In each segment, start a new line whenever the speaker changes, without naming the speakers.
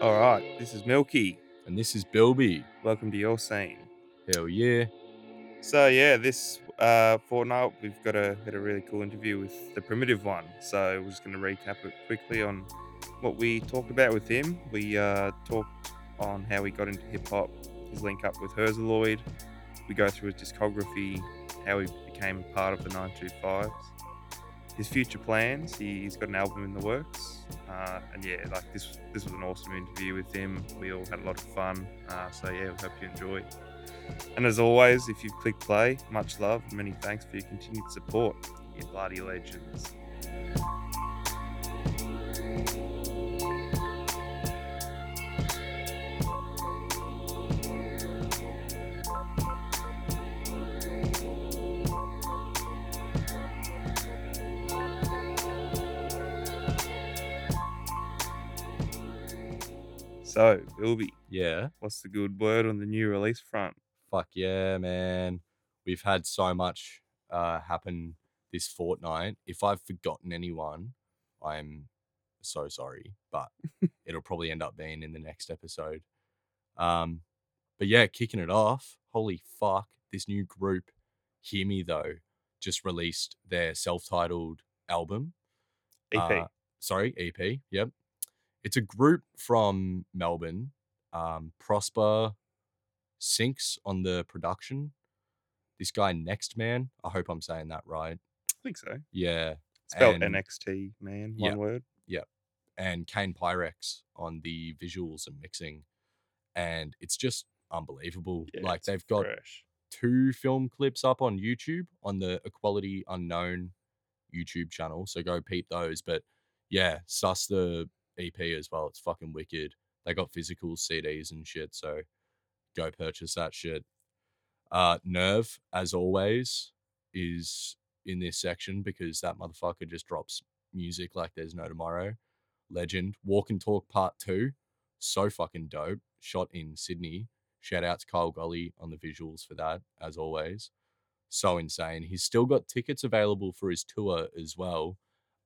All right, this is Milky.
And this is Bilby.
Welcome to your scene.
Hell yeah.
So yeah, this uh, fortnight we've got a had a really cool interview with the primitive one. So we're just going to recap it quickly on what we talked about with him. We uh, talked on how he got into hip hop, his link up with Herzeloid. We go through his discography, how he became part of the 925s, his future plans. He, he's got an album in the works, uh, and yeah, like this this was an awesome interview with him. We all had a lot of fun. Uh, so yeah, we hope you enjoy. And as always, if you've clicked play, much love, and many thanks for your continued support. You bloody legends. So, Bilby,
Yeah.
what's the good word on the new release front?
Fuck yeah, man. We've had so much uh, happen this fortnight. If I've forgotten anyone, I'm so sorry, but it'll probably end up being in the next episode. Um, but yeah, kicking it off. Holy fuck. This new group, Hear Me Though, just released their self titled album.
EP.
uh, sorry, EP. Yep. It's a group from Melbourne. Um, Prosper Sinks on the production. This guy Next Man. I hope I'm saying that right.
I think so.
Yeah.
Spelled
and-
NXT, man. One
yeah.
word.
And Kane Pyrex on the visuals and mixing. And it's just unbelievable.
Yeah,
like
it's
they've got
fresh.
two film clips up on YouTube on the Equality Unknown YouTube channel. So go peep those. But yeah, suss the EP as well. It's fucking wicked. They got physical CDs and shit. So go purchase that shit. Uh, Nerve, as always, is in this section because that motherfucker just drops music like there's no tomorrow. Legend. Walk and Talk Part 2. So fucking dope. Shot in Sydney. Shout out to Kyle Golly on the visuals for that, as always. So insane. He's still got tickets available for his tour as well.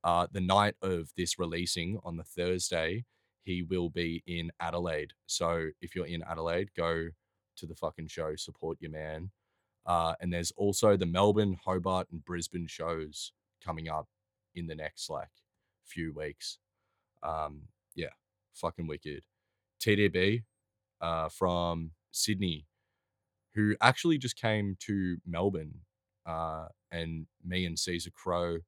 Uh, the night of this releasing on the Thursday, he will be in Adelaide. So if you're in Adelaide, go to the fucking show, support your man. Uh, and there's also the Melbourne, Hobart, and Brisbane shows coming up in the next like few weeks. Um, yeah, fucking wicked. TDB, uh, from Sydney, who actually just came to Melbourne, uh, and me and Caesar Crow,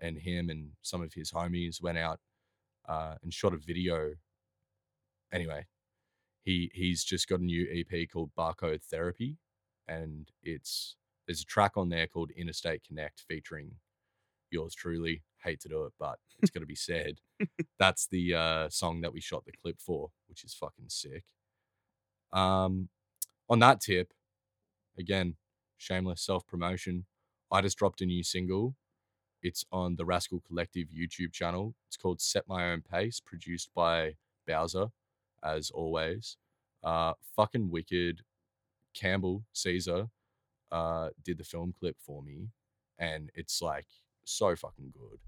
and him and some of his homies went out uh, and shot a video. Anyway, he he's just got a new EP called Barcode Therapy, and it's there's a track on there called Interstate Connect featuring yours truly. Hate to do it, but it's got to be said. That's the uh, song that we shot the clip for, which is fucking sick. Um, on that tip, again, shameless self promotion. I just dropped a new single. It's on the Rascal Collective YouTube channel. It's called Set My Own Pace, produced by Bowser, as always. Uh, fucking wicked. Campbell Caesar uh, did the film clip for me, and it's like so fucking good.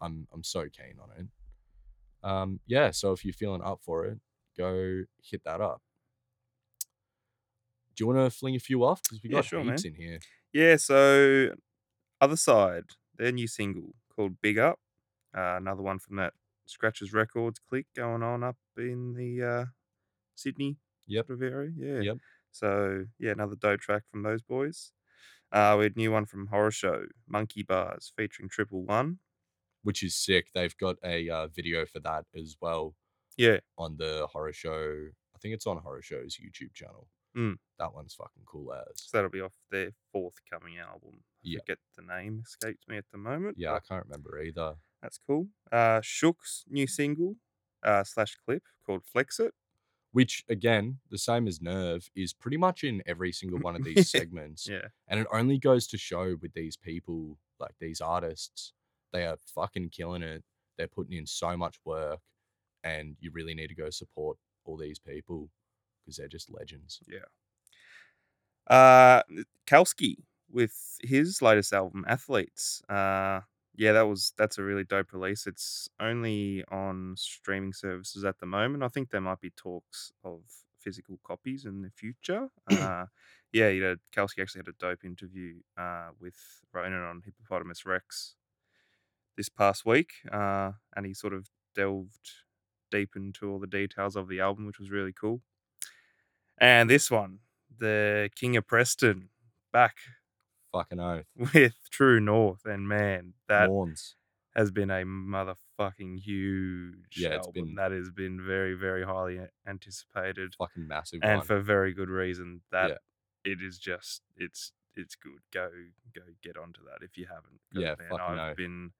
I'm I'm so keen on it. Um, yeah, so if you're feeling up for it, go hit that up. Do you want to fling a few off? Because we
Yeah,
got
sure,
heaps in here.
Yeah, so Other Side, their new single called Big Up. Uh, another one from that Scratches Records click going on up in the uh, Sydney
Yep.
sort of area. Yeah.
Yep.
So, yeah, another dope track from those boys. Uh, we had a new one from Horror Show, Monkey Bars, featuring Triple One.
which is sick. They've got a uh, video for that as well
Yeah.
on the horror show. I think it's on horror show's YouTube channel.
Mm.
That one's fucking cool as.
So that'll be off their forthcoming album. I
Yep.
forget the name, escapes me at the moment.
Yeah, I
but
can't remember either.
That's cool. Uh, Shook's new single uh, slash clip called Flex It.
Which again, the same as Nerve, is pretty much in every single one of these segments.
Yeah.
And it only goes to show with these people, like these artists, they are fucking killing it. They're putting in so much work, and you really need to go support all these people because they're just legends.
Uh, Kalski with his latest album, Athletes. Uh, yeah, that was that's a really dope release. It's only on streaming services at the moment. I think there might be talks of physical copies in the future. Uh, yeah, you know, Kelsey actually had a dope interview uh, with Ronan on Hippopotamus Rex this past week, uh, and he sort of delved deep into all the details of the album, which was really cool. And this one, the King of Preston, back
Fucking oath.
with True North, and man, that
Morns.
has been a motherfucking huge
Yeah, it's
album
been-
that has been very, very highly a- anticipated,
Fucking massive
and
one.
for very good reason. That
Yeah.
it is just it's it's good. Go go get onto that if you haven't. 'cause,
Yeah, fucking
I've
oath.
been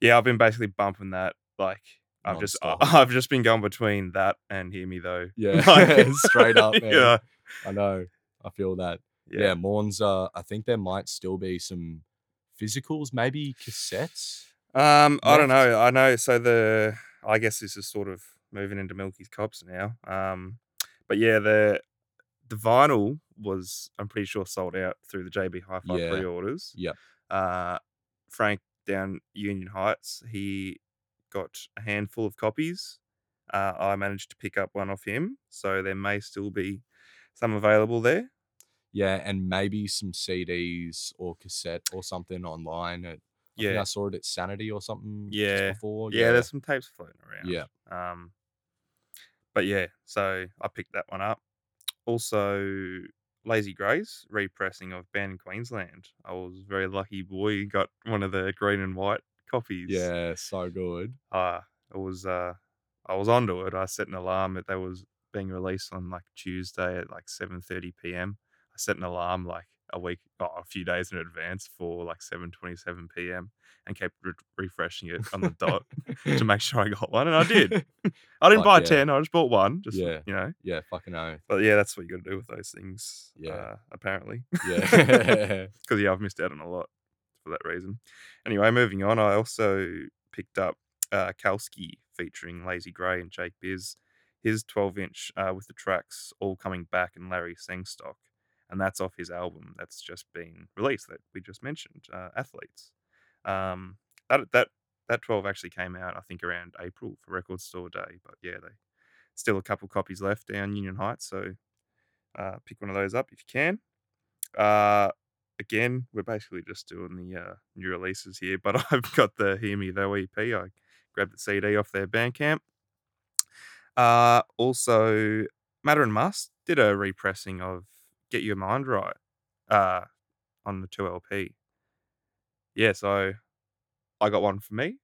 yeah, I've been basically bumping that like. I've just I-
Non-stop.
I've just been going between that and hear me though.
Yeah,
Like,
straight up, man.
Yeah,
I know. I feel that. Yeah,
yeah,
Morns. Uh, I think there might still be some physicals, maybe cassettes.
Um, I don't
left?
know. I know. So the I guess this is sort of moving into Milky's Cops now. Um, but yeah, the the vinyl was I'm pretty sure sold out through the JB Hi-Fi
Yeah.
pre-orders.
Yep.
Uh, Frank down Union Heights, he got a handful of copies. Uh, I managed to pick up one off him, so there may still be some available there.
Yeah, and maybe some CDs or cassette or something online. At, I think I
Yeah,
saw it at Sanity or something. just
Yeah.
before.
yeah, there's some tapes floating around.
Yeah.
Um, but yeah, so I picked that one up. Also, Lazy Grays repressing of Band in Queensland. I was very lucky boy, got one of the green and white copies.
yeah, so good.
Uh, it was uh, I was onto it. I set an alarm that they was being released on like Tuesday at like 7:30 p.m. I set an alarm like a week, oh, a few days in advance for like 7:27 p.m. and kept re- refreshing it on the dot to make sure I got one, and I did. I didn't
Fuck
buy
yeah.
ten. I just bought one. Just
Yeah.
you know.
yeah, fucking oath.
But yeah, that's what you got to do with those things.
Yeah.
Uh, apparently,
Yeah.
because yeah, I've missed out on a lot for that reason. Anyway, moving on. I also picked up uh, Kalski featuring Lazy Gray and Jake Biz, his 12-inch uh, with the tracks "All Coming Back" and Larry Sengstock, and that's off his album that's just been released that we just mentioned, uh, Athletes. Um, that that that 12 actually came out I think around April for Record Store Day, but yeah, they still a couple copies left down Union Heights, so uh, pick one of those up if you can. Uh, again, we're basically just doing the uh, new releases here, but I've got the Hear Me Though EP. I grabbed the CD off their Bandcamp. Uh, also, Matter and Must did a repressing of Get Your Mind Right uh, on the 2LP. Yeah, so I got one for me,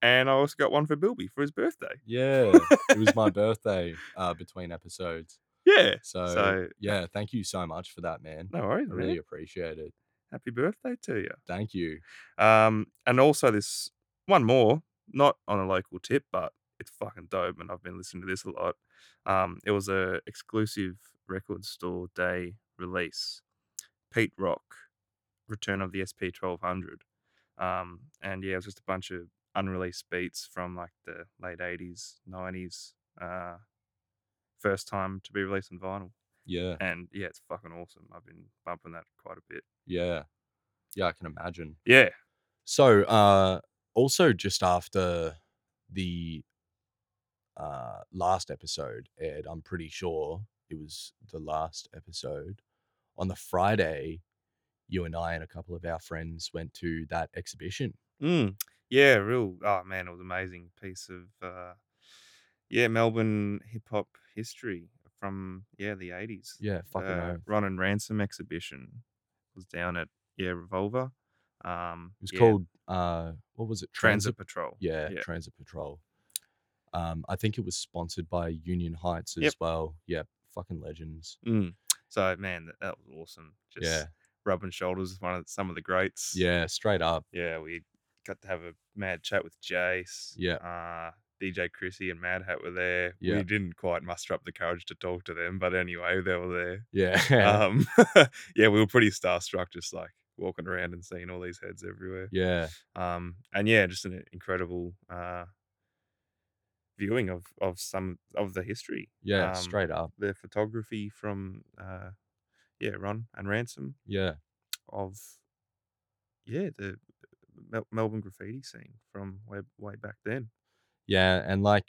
and I also got one for Bilby for his birthday.
yeah. It was my birthday uh, between episodes.
Yeah.
So,
So-
yeah, thank you so much for that, man.
No worries,
I
man.
really appreciate it.
Happy birthday to you.
Thank you.
Um, and also this one more, not on a local tip, but it's fucking dope, and I've been listening to this a lot. Um, it was a exclusive record store day release. Pete Rock, Return of the SP twelve hundred, um, and yeah, it was just a bunch of unreleased beats from like the late eighties, nineties. Uh, first time to be released on vinyl,
Yeah,
and yeah, it's fucking awesome. I've been bumping that quite a bit.
yeah, yeah. I can imagine.
Yeah,
So, uh, also just after the uh, last episode aired, I'm pretty sure it was the last episode. On the Friday, you and I and a couple of our friends went to that exhibition.
Mm. Yeah, real. Oh man, it was amazing piece of uh, yeah Melbourne hip hop history from yeah the eighties.
Yeah, fucking
uh,
oath.
Ron and Ransom exhibition was down at yeah Revolver. Um,
It was
yeah,
called uh, what was it?
Transit Patrol.
Yeah,
yeah.
Transit Patrol. Um, I think it was sponsored by Union Heights as
Yep.
well. Yeah, fucking legends.
Mm. So man, that, that was awesome. Just
yeah,
rubbing shoulders with one of some of the greats.
yeah, straight up.
yeah, we got to have a mad chat with Jace.
Yeah.
Uh, DJ Chrissy and Mad Hat were there.
Yeah.
We didn't quite muster up the courage to talk to them, but anyway, they were there.
Yeah.
Um, yeah, we were pretty starstruck just like walking around and seeing all these heads everywhere.
yeah.
Um, and yeah, just an incredible uh, viewing of, of some of the history.
Yeah,
um,
straight up.
The photography from, uh, yeah, Ron and Ransom
Yeah.
of yeah the Mel- Melbourne graffiti scene from way way back then.
Yeah, and like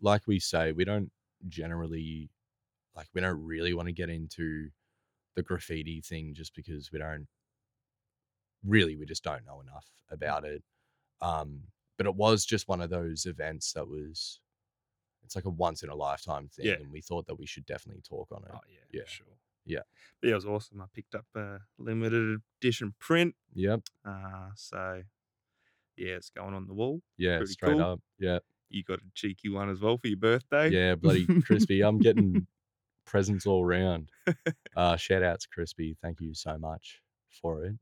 like we say, we don't generally like we don't really want to get into the graffiti thing just because we don't really we just don't know enough
Mm.
about it. Um, but it was just one of those events that was it's like a once in a lifetime thing,
Yeah.
and we thought that we should definitely talk on it.
Oh, yeah,
yeah.
sure.
Yeah.
But yeah, it was awesome. I picked up a limited edition print.
Yep.
Uh, so yeah, it's going on the wall.
Yeah.
Pretty
straight
cool.
up. Yeah.
You got a cheeky one as well for your birthday.
Yeah. Bloody crispy. I'm getting presents all round. Uh, shout outs, crispy. Thank you so much for it.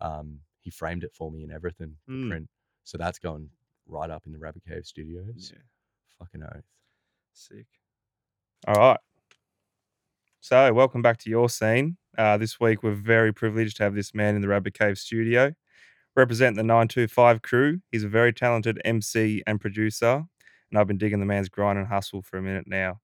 Um, he framed it for me and everything. The
Mm.
print. So that's going right up in the Rabbit Cave Studios.
Yeah,
Fucking oath.
sick. All right. So welcome back to your scene. Uh, this week we're very privileged to have this man in the Rabbit Cave studio. Represent the 925 crew. He's a very talented MC and producer, and I've been digging the man's grind and hustle for a minute now.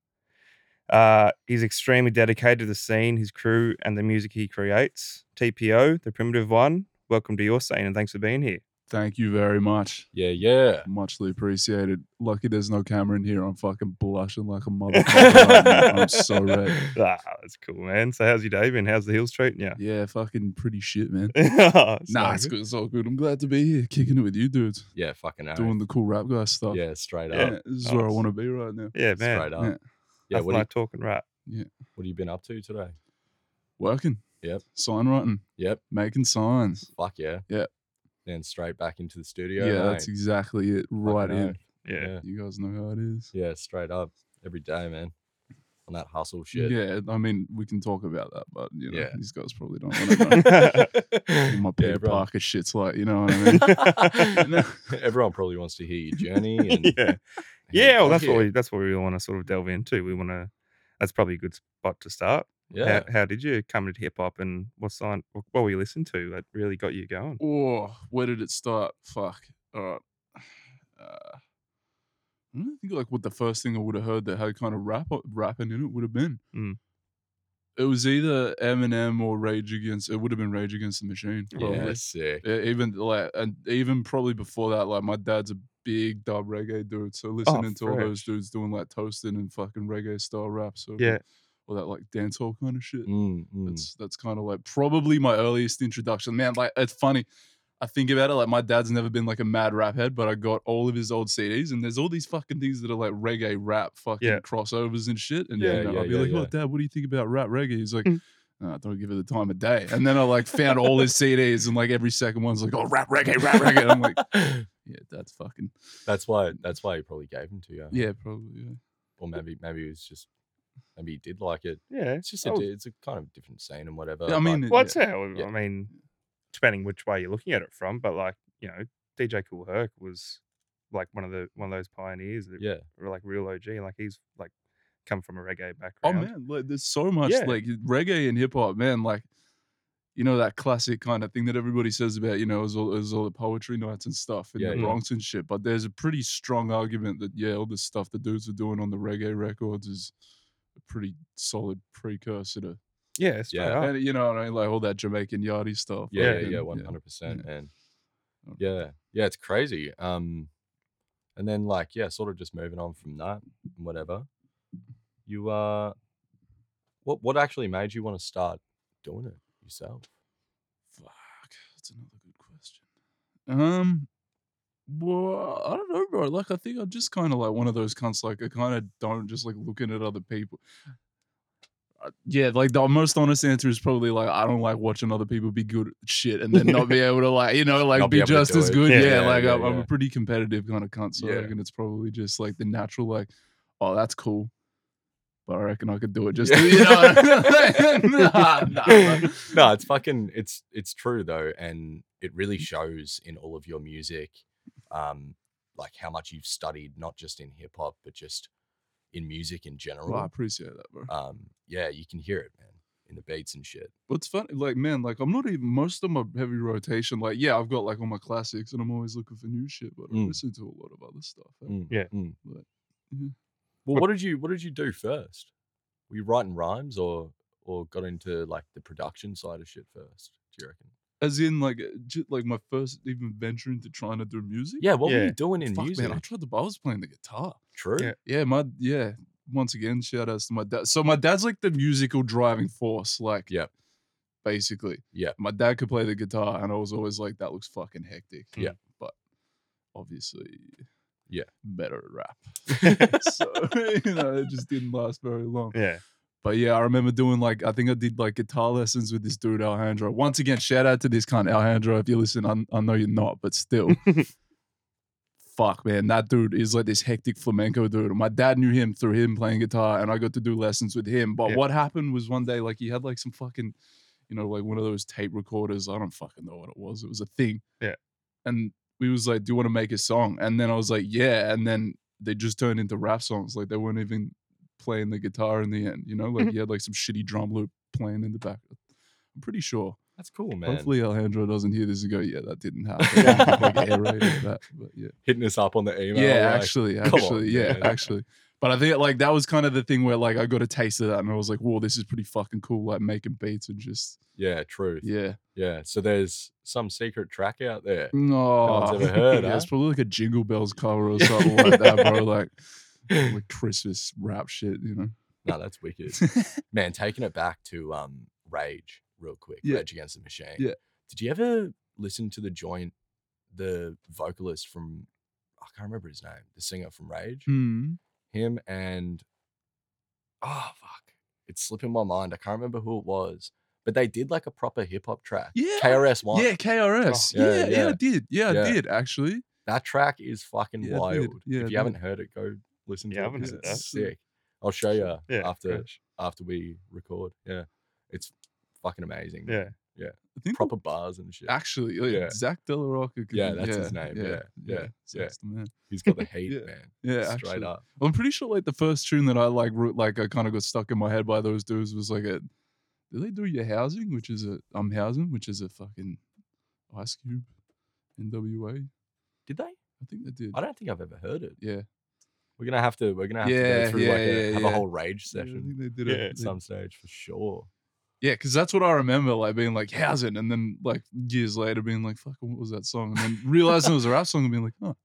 Uh, he's extremely dedicated to the scene, his crew, and the music he creates. TPO, the primitive one, welcome to your scene and thanks for being here.
Thank you very much.
Yeah. Yeah.
Muchly appreciated. Lucky there's no camera in here. I'm fucking blushing like a motherfucker. right now. I'm so red.
Ah, that's cool, man. So, how's your day been? How's the hills treating you?
Yeah, fucking pretty shit, man. Nah, it's good. It's all good. I'm glad to be here, kicking it with you dudes,
Yeah. Fucking oath.
doing the cool rap guy stuff.
yeah. Straight up.
Yeah, this is where I
nice.
want to be right now.
Yeah, man.
Straight up. Yeah.
Yeah.
Nothing
What, have
like talking rap.
you, what have you been up to today?
Working.
Yep.
Sign writing,
Yep.
making signs.
Fuck yeah.
Yeah.
Then straight back into the
Yeah,
studio.
that's
eh?
exactly it. Right
Fucking
in.
oath.
Yeah.
yeah.
You guys know how it is.
Yeah, straight up every day, man. On that hustle shit.
Yeah, I mean, we can talk about that, but you know,
Yeah.
these guys probably don't want to know. All my Peter
bro.
Parker shit's like, you know what I mean? No.
Everyone probably wants to hear your journey. And
yeah. Yeah, well, that's what
Yeah.
we that's what we want to sort of delve into. We want to. That's probably a good spot to start.
yeah.
How, how did you come into hip hop, and what sign? What, what were you listening to that really got you going?
Oh, where did it start? Fuck. All right. Uh, I don't think like what the first thing I would have heard that had kind of rap uh, rapping in it would have been.
Mm.
It was either Eminem or Rage Against. It would have been Rage Against the Machine. Probably.
Yeah, sick.
E- Even like, and even probably before that, like my dad's a big dub reggae dude. So listening to all those dudes doing like toasting and fucking reggae style rap. So
Yeah.
or that like dancehall kind of shit.
Mm, mm.
That's that's kind of like probably my earliest introduction. Man, like it's funny. I think about it like my dad's never been like a mad rap head, but I got all of his old CDs and there's all these fucking things that are like reggae rap fucking
Yeah.
crossovers and shit. And
Yeah,
you know,
yeah,
I'll be
yeah,
like,
yeah.
"Oh, dad, what do you think about rap reggae?" He's like,
Mm.
"Nah, don't give it the time of day." And then I like found all his CDs and like every second one's like, "Oh, rap reggae, rap reggae." And I'm like, "Yeah, that's fucking
that's why. That's why he probably gave them to you.
yeah, probably." Yeah.
Or maybe, maybe it was just, maybe he did like it.
Yeah,
It's just a,
that was-
di- it's a kind of different scene and whatever.
Yeah, I
but-
mean, it-
well, that's
yeah.
how.
Yeah.
I mean, depending which way you're looking at it from, but like you know, DJ Cool Herc was like one of the one of those pioneers that
yeah,
were like real OG. Like he's like come from a reggae background.
Oh man, like there's so much
Yeah.
like reggae and hip hop, man. Like, you know that classic kind of thing that everybody says about, you know, is all is all the poetry nights and stuff in
Yeah,
the
yeah.
Bronx and shit. But there's a pretty strong argument that yeah, all this stuff the dudes are doing on the reggae records is a pretty solid precursor to,
Yeah, straight
Yeah.
up.
and you know, what I mean, like all that Jamaican yachty stuff.
Ah. yeah, yeah,
fucking-
yeah, Oh. one hundred percent,
yeah.
man.
Okay.
Yeah, yeah, it's crazy. Um, and then like yeah, sort of just moving on from that, and whatever. You uh, what what actually made you want to start doing it yourself?
Fuck, that's another good question. Um, well, I don't know, bro. Like, I think I'm just kind of like one of those cunts. Like, I kind of don't just like looking at other people. Uh, Yeah, like the most honest answer is probably like I don't like watching other people be good at shit and then not be able to like you know like
Not be
be,
able to
just
do
as
it.
good.
Yeah,
Yeah,
yeah,
like
yeah,
I'm, I'm
yeah.
a pretty competitive kind of cunt, so
Yeah.
I reckon it's probably just like the natural like, oh that's cool, but I reckon I could do it just
Yeah.
to, you know. what I mean? nah, nah, bro.
no, it's fucking it's it's true though, and it really shows in all of your music, um, like how much you've studied not just in hip hop but just in music in general.
Well, I appreciate that, bro.
Um, yeah, you can hear it, man, in the beats and shit.
What's funny, like man, like I'm not even most of my heavy rotation. Like yeah, I've got like all my classics, and I'm always looking for new shit. But
Mm.
I listen to a lot of other stuff. eh?
Mm,
Yeah.
mm.
But, mm-hmm. yeah.
Well, what did you what did you do first? Were you writing rhymes or or got into like the production side of shit first? Do you reckon?
As in, like, j- like my first even venture into trying to do music.
Yeah, what were
Yeah.
you doing in
Fuck,
music?
man, I tried to. I was playing the guitar.
True.
Yeah.
Yeah, my yeah. Once again, shout outs to my dad. So my dad's like the musical driving force, like
Yep.
basically.
Yep.
My dad could play the guitar, and I was always like, that looks fucking hectic.
Yep.
But obviously,
Yeah.
better at rap. so you know, it just didn't last very long.
Yeah.
But yeah, I remember doing like I think I did like guitar lessons with this dude Alejandro. Once again, shout out to this cunt Alejandro. If you listen, I, I know you're not, but still, fuck man, that dude is like this hectic flamenco dude. My dad knew him through him playing guitar, and I got to do lessons with him. But
Yeah.
what happened was one day like he had like some fucking, you know, like one of those tape recorders. I don't fucking know what it was. It was a thing.
Yeah.
And we was like, "Do you want to make a song?" And then I was like, "Yeah." And then they just turned into rap songs. Like they weren't even playing the guitar in the end. You know, like
Mhm.
he had like some shitty drum loop playing in the back. I'm pretty sure.
That's cool, man.
Hopefully, Alejandro doesn't hear this and go, "Yeah, that didn't happen." like, aerated that, but yeah,
hitting us up on the email.
yeah,
like,
actually,
come on,
actually, yeah,
man.
actually. But I think like that was kind of the thing where like I got a taste of that and I was like, "Whoa, this is pretty fucking cool!" Like making beats and just
yeah, truth. Yeah.
yeah.
So there's some secret track out there.
Mm. No,
one's ever heard,
yeah, it's
huh?
probably like a Jingle Bells cover or
Yeah.
something like that, bro. Like like Christmas rap shit, you know.
no, that's wicked, man. Taking it back to um Rage real quick.
Yeah.
Rage Against the Machine.
Yeah.
Did you ever listen to the joint, the vocalist from I can't remember his name, the singer from Rage,
Hmm.
him and oh fuck, it's slipping my mind. I can't remember who it was, but they did like a proper hip hop track.
Yeah.
KRS One.
Yeah, KRS.
Oh, yeah,
yeah, yeah,
yeah.
I did. Yeah,
Yeah.
I did actually.
That track is fucking
Yeah, I
wild.
did. Yeah,
if
I
you
did.
haven't heard it, go listen
Yeah, I
to it.
haven't
'cause
heard
It's
that.
sick. I'll show you
Yeah,
after
fresh.
after we record. Yeah. It's fucking amazing. man.
Yeah.
I think
Proper bars and shit.
actually, like,
Yeah.
Zach Delarocca. could
Yeah,
be-
that's his name, yeah, yeah, yeah.
Zach's the man.
He's got the heat,
Yeah.
man.
Yeah,
Straight
actually.
up.
I'm pretty sure like the first tune that I like wrote, like I kind of got stuck in my head by those dudes was like a do they do your housing, which is a I'm housing, which is a fucking ice cube NWA.
Did they?
I think they did.
I don't think I've ever heard it.
Yeah.
We're gonna have to we're gonna have to
Yeah,
go through like
yeah,
a,
yeah,
have a
yeah.
whole rage
Yeah, I
session
think they did it.
Yeah.
They-
at some stage for sure.
Yeah, because that's what I remember, like being like housing, and then like years later being like, "Fuck, what was that song?" And then realizing it was a rap song and being like,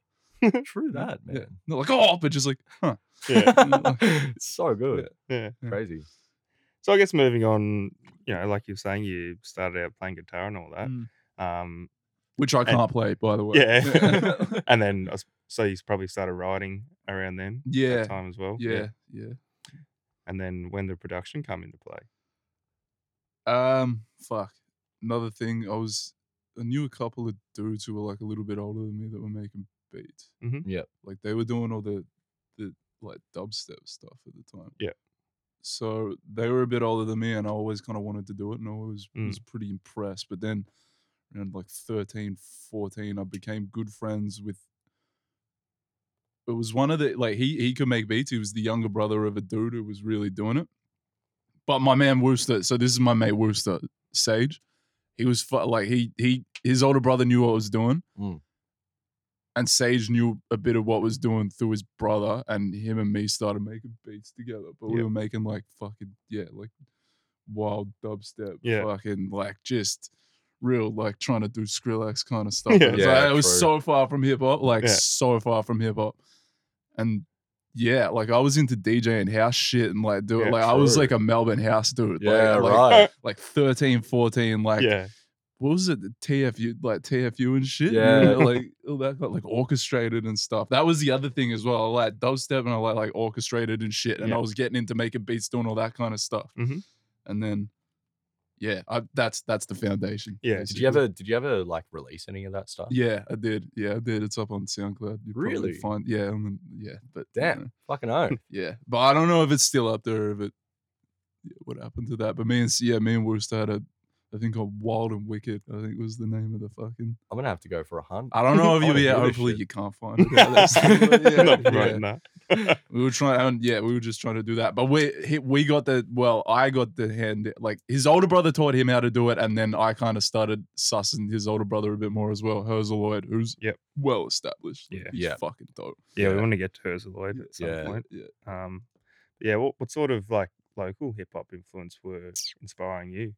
"Huh."
True that,
yeah.
man.
Not like, "Oh," but just like, "Huh."
Yeah.
it's so good.
Yeah.
Yeah.
Crazy.
So I guess moving on, you know, like you're saying, you started out playing guitar and all that.
Mm.
Um,
Which I can't play, by the way.
yeah. and then, I s- so you probably started writing around then. that
yeah.
Time as well.
Yeah. Yeah.
And then when the production come into play.
Um, fuck. Another thing, I was I knew a couple of dudes who were like a little bit older than me that were making beats.
Mhm.
Yep.
Like they were doing all the the like dubstep stuff at the time.
Yep.
So they were a bit older than me and I always kind of wanted to do it and I was
Mm.
was pretty impressed. But then around like 13, 14, I became good friends with it was one of the like he he could make beats. He was the younger brother of a dude who was really doing it. But my man Wooster, so this is my mate Wooster Sage. He was fu- like he he his older brother knew what was doing,
Mm.
and Sage knew a bit of what was doing through his brother, and him and me started making beats together. But we
Yeah.
were making like fucking yeah, like wild dubstep,
Yeah.
fucking like just real like trying to do Skrillex kind of stuff.
Yeah.
It was,
Yeah,
like- it was
true.
so far from hip hop, like
Yeah.
so far from hip hop, and yeah, like I was into DJ and house shit and like do it.
Yeah,
like I was
true.
like a Melbourne house dude.
Yeah,
like, like,
right.
like 13, 14, like
yeah.
what was it? The TFU, like TFU and shit. you
Yeah.
know, like all that got like orchestrated and stuff. That was the other thing as well. I like dubstep and I like like orchestrated and shit. And
Yeah.
I was getting into making beats, doing all that kind of stuff.
Mm-hmm.
Mhm.
And then yeah, I, that's that's the foundation.
Yeah. Did you
Did you
basically.
ever did you ever like release any of that stuff?
Yeah, I did. Yeah, I did. It's up on SoundCloud. You probably
Really?
Find, yeah, I mean, yeah, but you know.
Damn. Fucking own.
Yeah, but I don't know if it's still up there. If it, yeah, what happened to that? But me and S- yeah, me and Worcester had a, I think called Wild and Wicked. I think was the name of the fucking.
I'm gonna have to go for a hunt.
I don't know
I
if you.
don't
Yeah,
give a
hopefully
Oh, shit.
you can't find it. out there still, but yeah,
Not
yeah.
promoting that.
We were trying. And yeah, we were just trying to do that. But we he, we got the well. I got the hand. Like his older brother taught him how to do it, and then I kind of started sussing his older brother a bit more as well. Herzl Lloyd, who's
Yep.
well established.
Yeah.
he's
Yeah.
fucking dope.
Yeah, we
Yeah.
want to get to Herzeloid at some
Yeah.
point.
Yeah.
Um, yeah, what, what sort of like local hip hop influence were inspiring you?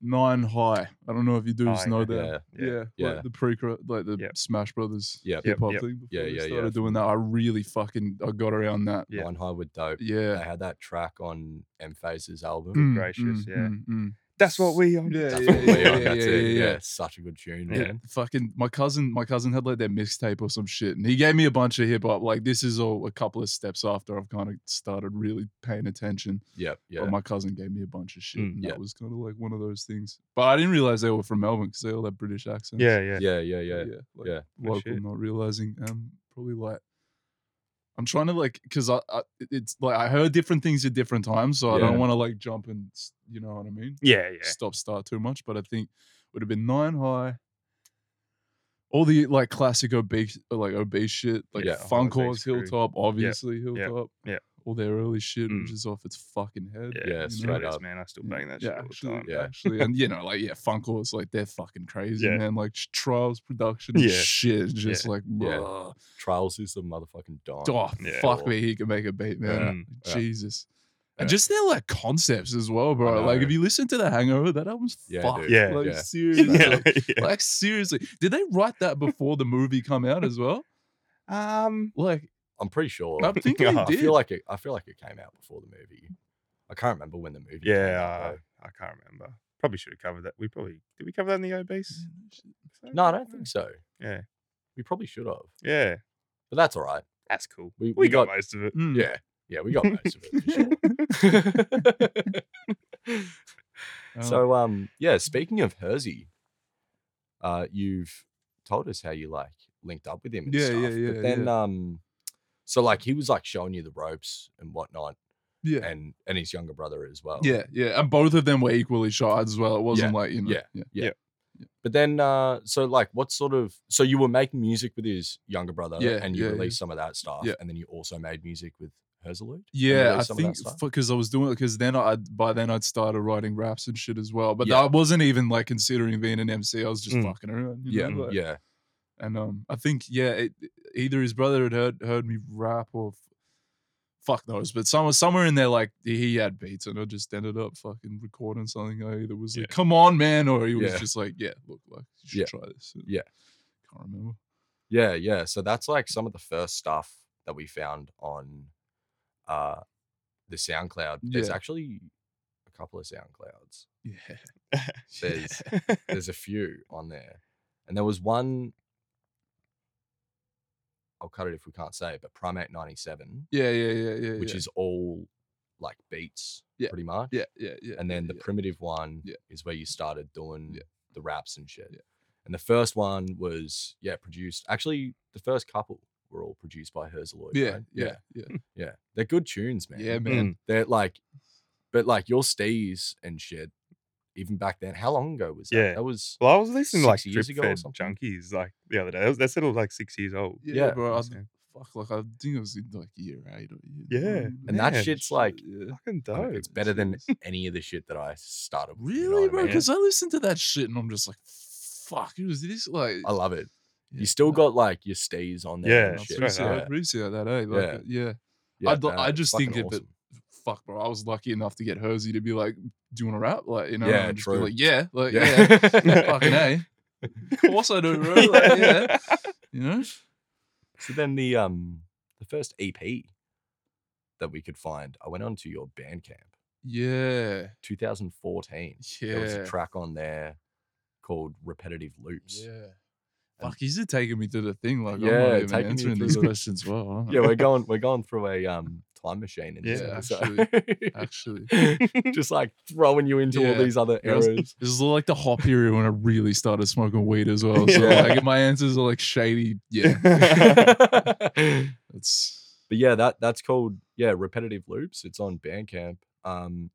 Nine High. I don't know if you dudes
High,
know
yeah.
that.
Yeah.
Yeah.
Yeah,
Yeah.
like the pre like the
Yep.
Smash Brothers
Yep.
hip hop
Yep, yep.
thing. Before
Yeah,
they
yeah, yeah.
started doing that. I really fucking I got around that.
Yeah.
Nine High with Dope. They
Yeah.
had that track on M Phase's album.
Mm,
gracious,
mm,
yeah.
mm, mm.
That's what we. um, On.
Yeah,
That's
yeah,
what we
yeah,
are,
yeah,
that's
yeah,
it.
yeah, yeah.
such a good tune,
Yeah.
man.
Fucking my cousin, my cousin had like their mixtape or some shit, and he gave me a bunch of hip hop. Like this is all a couple of steps after I've kind of started really paying attention.
Yep, yeah.
But Oh my cousin gave me a bunch of shit,
Mm,
and
yeah.
that was kind of like one of those things. But I didn't realize they were from Melbourne because they all had British accents.
Yeah, yeah.
yeah, yeah, yeah,
yeah, like
yeah.
No
local
shit.
not realizing um probably like i'm trying to like because I, I it- it's like i heard different things at different times so i
Yeah.
don't want to like jump and s- you know what i mean
Yeah, yeah.
stop start too much but i think would have been nine high all the like classic obese uh, like obese shit like
Yeah,
Holidays
Funkor's
Crew.
hilltop obviously hilltop
yeah.
all their early shit
Mm.
which is off its fucking head
Yeah,
Yeah,
it
straight
is,
up. Mm,
man. I still
yeah,
bang that
yeah,
shit all the
actually,
time.
Yeah.
actually, and you know, like yeah, Funkor's like they're fucking crazy,
Yeah.
man. Like ch- trials production,
Yeah.
shit, just like
Yeah.
bruh.
Trials is the motherfucking dime.
oh
Yeah. Mm,
fuck me, he can make a beat, man.
Yeah.
Jesus, and
Yeah.
just their like concepts as well, bro. Like if
know.
you listen to the Hangover, that album's
Yeah,
fucked.
dude.
Yeah.
like
Yeah.
seriously,
Yeah. Um, yeah.
like seriously, did they write that before the movie come out as well?
Um.
Like
I'm pretty sure.
I'm thinking they
I
I
did.
feel like it, I feel like it came out before the movie. I can't remember when the movie. came out,
Yeah.
though.
I, I can't remember. Probably should have covered that. We probably did. We cover that in the E obese.
Mm, No, I don't think
Mm.
so.
Yeah.
We probably should have,
Yeah.
but that's all right.
That's cool.
We-
We,
we
got,
got-
most of it.
Mm.
Yeah, yeah, we got most of it. For sure.
Oh,
so, um, yeah. Speaking of Hersey, uh, you've told us how you like linked up with him. And
Yeah,
stuff,
yeah, yeah,
But then, um, so like he was like showing you the ropes and whatnot,
yeah.
and and his younger brother as well.
Yeah, yeah, and both of them were equally shy as well. It wasn't like you know,
um, yeah.
yeah.
But then, uh, so like, what sort of? So you were making music with his younger brother,
Yeah,
and you
yeah, yeah.
released some of that stuff,
Yeah.
and then you also made music with Herzalude.
Yeah, I
release some of that
think
stuff?
because I was doing it because then I by then I'd started writing raps and shit as well. But
Yeah.
I wasn't even like considering being an MC. I was just
Mm.
fucking around. you
Yeah,
know, like-
yeah,
And um, I think yeah, it, either his brother had heard heard me rap or f- fuck knows, but somewhere somewhere in there like he had beats and I just ended up fucking recording something. I either was like,
Yeah.
"Come on, man," or he was
Yeah.
just like, "Yeah, look, like you should
Yeah.
try this." and-
Yeah.
can't remember.
yeah, yeah. So that's like some of the first stuff that we found on, uh, the SoundCloud. There's
Yeah.
actually a couple of SoundClouds.
Yeah,
There's there's a few on there, and there was one. I'll cut it if we can't say it, but Primate ninety seven,
yeah, yeah, yeah, yeah.
which
yeah.
is all like beats,
Yeah,
pretty much.
yeah, yeah, yeah.
and then the
yeah.
primitive one
Yeah.
is where you started doing
Yeah.
the raps and shit.
Yeah.
And the first one was yeah produced. Actually, the first couple were all produced by Herzeloid.
yeah,
right?
yeah, yeah,
yeah, yeah. They're good tunes, man.
yeah,
Hmm.
man.
They're like, but like your stees and shit, even back then. How long ago was that?
Yeah.
That was
Well, I was listening to like
Six years
drip
ago or
fed
something?
junkies like the other day. That was- That said, it was like six years old.
Yeah,
Yeah,
bro. I,
so-
fuck, like I think it was in like year eight or year
Yeah,
nine,
Mm, and
Man,
that shit's
shit,
like
yeah.
Fucking
I don't
dope.
know, it's better than
serious.
any of the shit that I started. with, you know
really,
what I
bro.
mean?
Because I listened to that shit and I'm just like, fuck, it was this like.
I love it.
yeah,
You still
nah,
got like your stees on there.
Yeah,
and
I
shit.
appreciate, I
yeah.
appreciate that, eh? Like, uh, yeah.
yeah,
I'd l- I
it's
just
fucking
think if it- Fuck, bro. I was lucky enough to get Hersey to be like, "Do you want to rap?" Like, you know, and
Yeah,
I'd just
true.
be like, "Yeah, like, yeah,
Yeah.
fucking a." Of course I do, bro. Like, yeah, you know.
So then the um the first EP that we could find, I went onto your Bandcamp,
Yeah,
2014.
yeah.
There was a track on there called Repetitive Loops.
Yeah. Fuck, he's just taking me through the thing. Like, I'm
Yeah,
not even
taking you
answering
through
these
the-
questions well. aren't I?
Yeah, we're going we're going through a um time machine in this
Yeah,
episode.
actually.
just like throwing you into all
Uh, Yeah.
these other
Yeah, I was-
eras.
This is like the hot period when I really started smoking weed as well. So,
Yeah.
like, my answers are like shady. Yeah.
but
It's,
yeah, that that's called yeah, repetitive loops. It's on Bandcamp. Um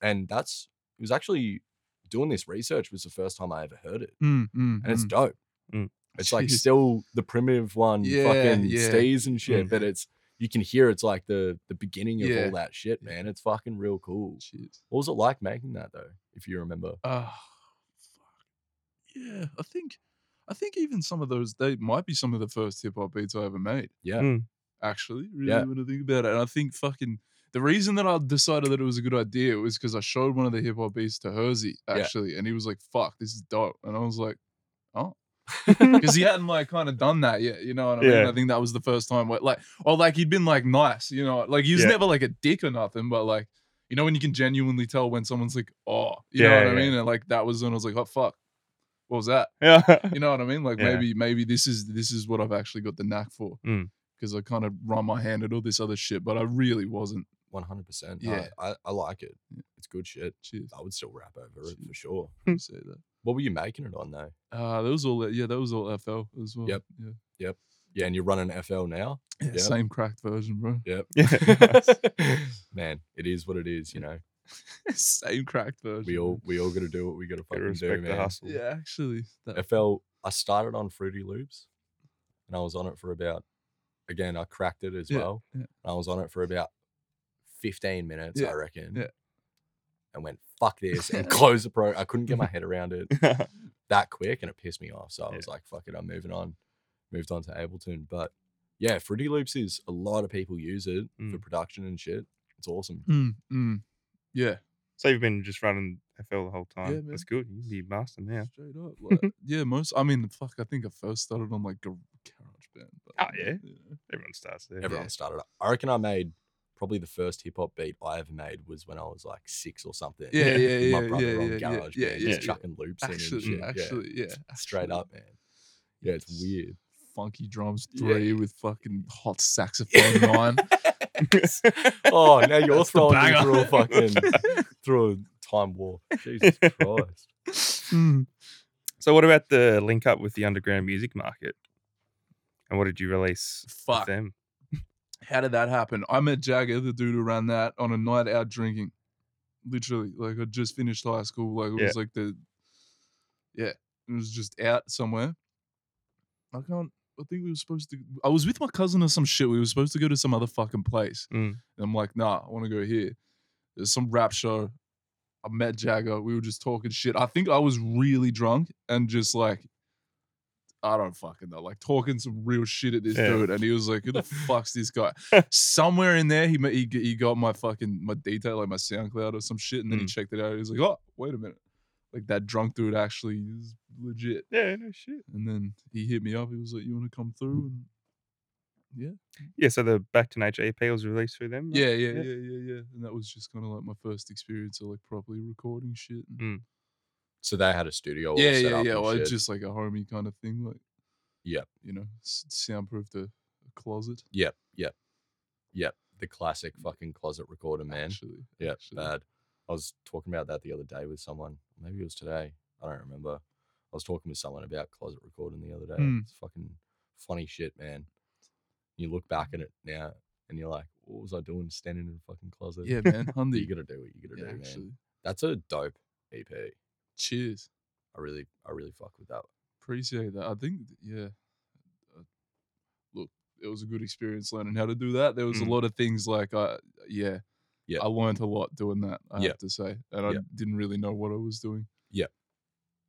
and that's it was actually doing this research was the first time I ever heard it.
mm, mm,
and it's
mm.
dope.
Mm.
It's like
Jeez.
still the primitive one,
Yeah,
fucking
yeah.
stays and shit,
Mm.
but it's you can hear it's like the the beginning of
Yeah.
all that shit,
Yeah.
man. It's fucking real cool.
Cheers.
What was it like making that though? If you remember,
Oh, fuck. Yeah. I think, I think even some of those, they might be some of the first hip hop beats I ever made.
yeah,
Mm.
actually, really,
Yeah.
when I think about it. And I think fucking the The reason that I decided that it was a good idea was because I showed one of the hip hop beats to Hersey actually, and he was like, "Fuck, this is dope," and I was like, "Oh." because he hadn't like kind of done that yet, you know what I mean?
Yeah.
I think that was the first time where like, or like he'd been like nice, you know, like he was
Yeah.
never like a dick or nothing, but like, you know, when you can genuinely tell when someone's like, oh, you know
Yeah,
what I
yeah.
mean? And like that was when I was like, oh fuck, what was that?
yeah.
You know what I mean? Like
Yeah.
maybe maybe this is this is what I've actually got the knack for
Mm.
because I kind of run my hand at all this other shit, but I really wasn't.
One hundred percent.
Yeah.
I, I like it.
Yeah.
It's good shit.
Cheers.
I would still rap over it
Shit.
for sure.
Hmm.
You say that.
What were you making it on though?
Uh, that was all. Yeah, that was all FL as well.
Yep.
Yeah.
Yeah, and you're running FL now.
yeah
Yep.
Same cracked version, bro.
Yep.
Nice.
Man, it is what it is. You know,
same cracked version.
we
bro.
all we all got to do what we got to
Gotta
fucking do,
respect the
man.
hustle.
Yeah, actually. That,
FL. I started on Fruity Loops, and I was on it for about. Again, I cracked it as
Yeah,
well.
yeah.
I was on it for about fifteen minutes,
Yeah,
I reckon.
yeah.
And went fuck this and closed the pro. I couldn't get my head around it. that quick and it pissed me off. So I
Yeah.
was like, fuck it, I'm moving on. Moved on to Ableton. But yeah, Fruity Loops is a lot of people use it for
Mm.
production and shit. It's awesome.
Mm, mm. Yeah.
so you've been just running FL the whole time.
man.
That's good. You can be master now.
Straight up. Like, yeah, most. I mean, fuck, I think I first started on like Gar- Garage Band. But,
Oh, yeah.
yeah.
Everyone starts there.
Everyone started. I reckon I made probably the first hip hop beat I ever made was when I was like six or something.
Yeah, yeah,
with
yeah,
My brother
yeah,
on
yeah, yeah,
garage
yeah,
band,
yeah,
just
yeah.
chucking loops
Actually,
in and shit.
actually, yeah.
yeah. Straight
actually.
up, man. Yeah, it's weird.
Funky drums
Yeah.
three with fucking hot saxophone nine.
oh, now you're
That's the
throwing me
banger.
through a fucking through a time warp. Jesus Christ.
Mm.
So what about the link up with the underground music market? And what did you release
Fuck.
with them?
How did that happen? I met Jagger, the dude who ran that, on a night out drinking. Literally, like I just finished high school. Like it
Yeah.
was like the, yeah, it was just out somewhere. I can't. I think we were supposed to. I was with my cousin or some shit. We were supposed to go to some other fucking place.
Mm.
And I'm like, nah, I want to go here. There's some rap show. I met Jagger. We were just talking shit. I think I was really drunk and just like, I don't fucking know, like talking some real shit at this
Yeah.
dude. And he was like, who the fuck's this guy? Somewhere in there, he, ma- he g- he got my fucking my detail, like my SoundCloud or some shit. And then he
Mm.
checked it out. He was like, oh, wait a minute. Like that drunk dude actually is legit.
Yeah, no shit.
And then he hit me up. He was like, you want to come through? And
Yeah, so the Back to Nature EP was released through them.
Mm,
right?
Yeah, yeah,
Yeah.
yeah, yeah, yeah. And that was just kind of like my first experience of like properly recording shit. and-
Mm.
So they had a studio. all
yeah,
set
yeah,
up
yeah.
and
Well,
shit.
it's just like a homie kind of thing, like
Yep.
you know, s- soundproofed a, a closet.
Yep, yep, yep. The classic fucking closet recorder, man.
actually,
Yeah,
actually.
bad. I was talking about that the other day with someone. Maybe it was today. I don't remember. I was talking with someone about closet recording the other day.
Mm.
It's fucking funny shit, man. You look back at it now and you're like, what was I doing standing in a fucking closet?
Yeah, man.
But you
Hundy.
gotta do what you gotta
Yeah,
do, man.
actually.
That's a dope EP. I
Cheers.
really, I really fuck with that.
Appreciate that. I think, th- yeah. uh, Look, it was a good experience learning how to do that. There was
Mm.
a lot of things like I, yeah,
Yeah.
I learned a lot doing that. I
Yeah.
have to say, and I
Yeah.
didn't really know what I was doing.
Yeah.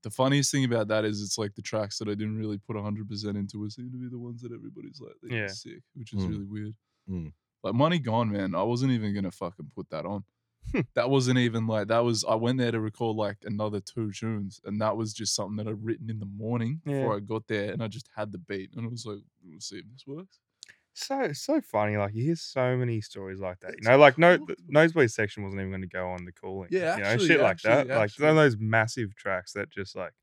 The funniest thing about that is it's like the tracks that I didn't really put 100% into were seem to be the ones that everybody's like, they
Yeah.
get sick, which is
Mm.
really weird.
Mm.
Like, money gone, man. I wasn't even going to fucking put that on.
Hmm.
that wasn't even like, that was, I went there to record like another two tunes, and that was just something that I'd written in the morning
Yeah.
before I got there, and I just had the beat, and I was like, we'll see if this works.
So it's so funny. Like you hear so many stories like that. You
It's
know, like no
fucked.
th- nosebleed section wasn't even going to go on the calling.
Yeah,
you
actually,
know, shit like that.
actually,
Like some of
actually.
those massive tracks that just like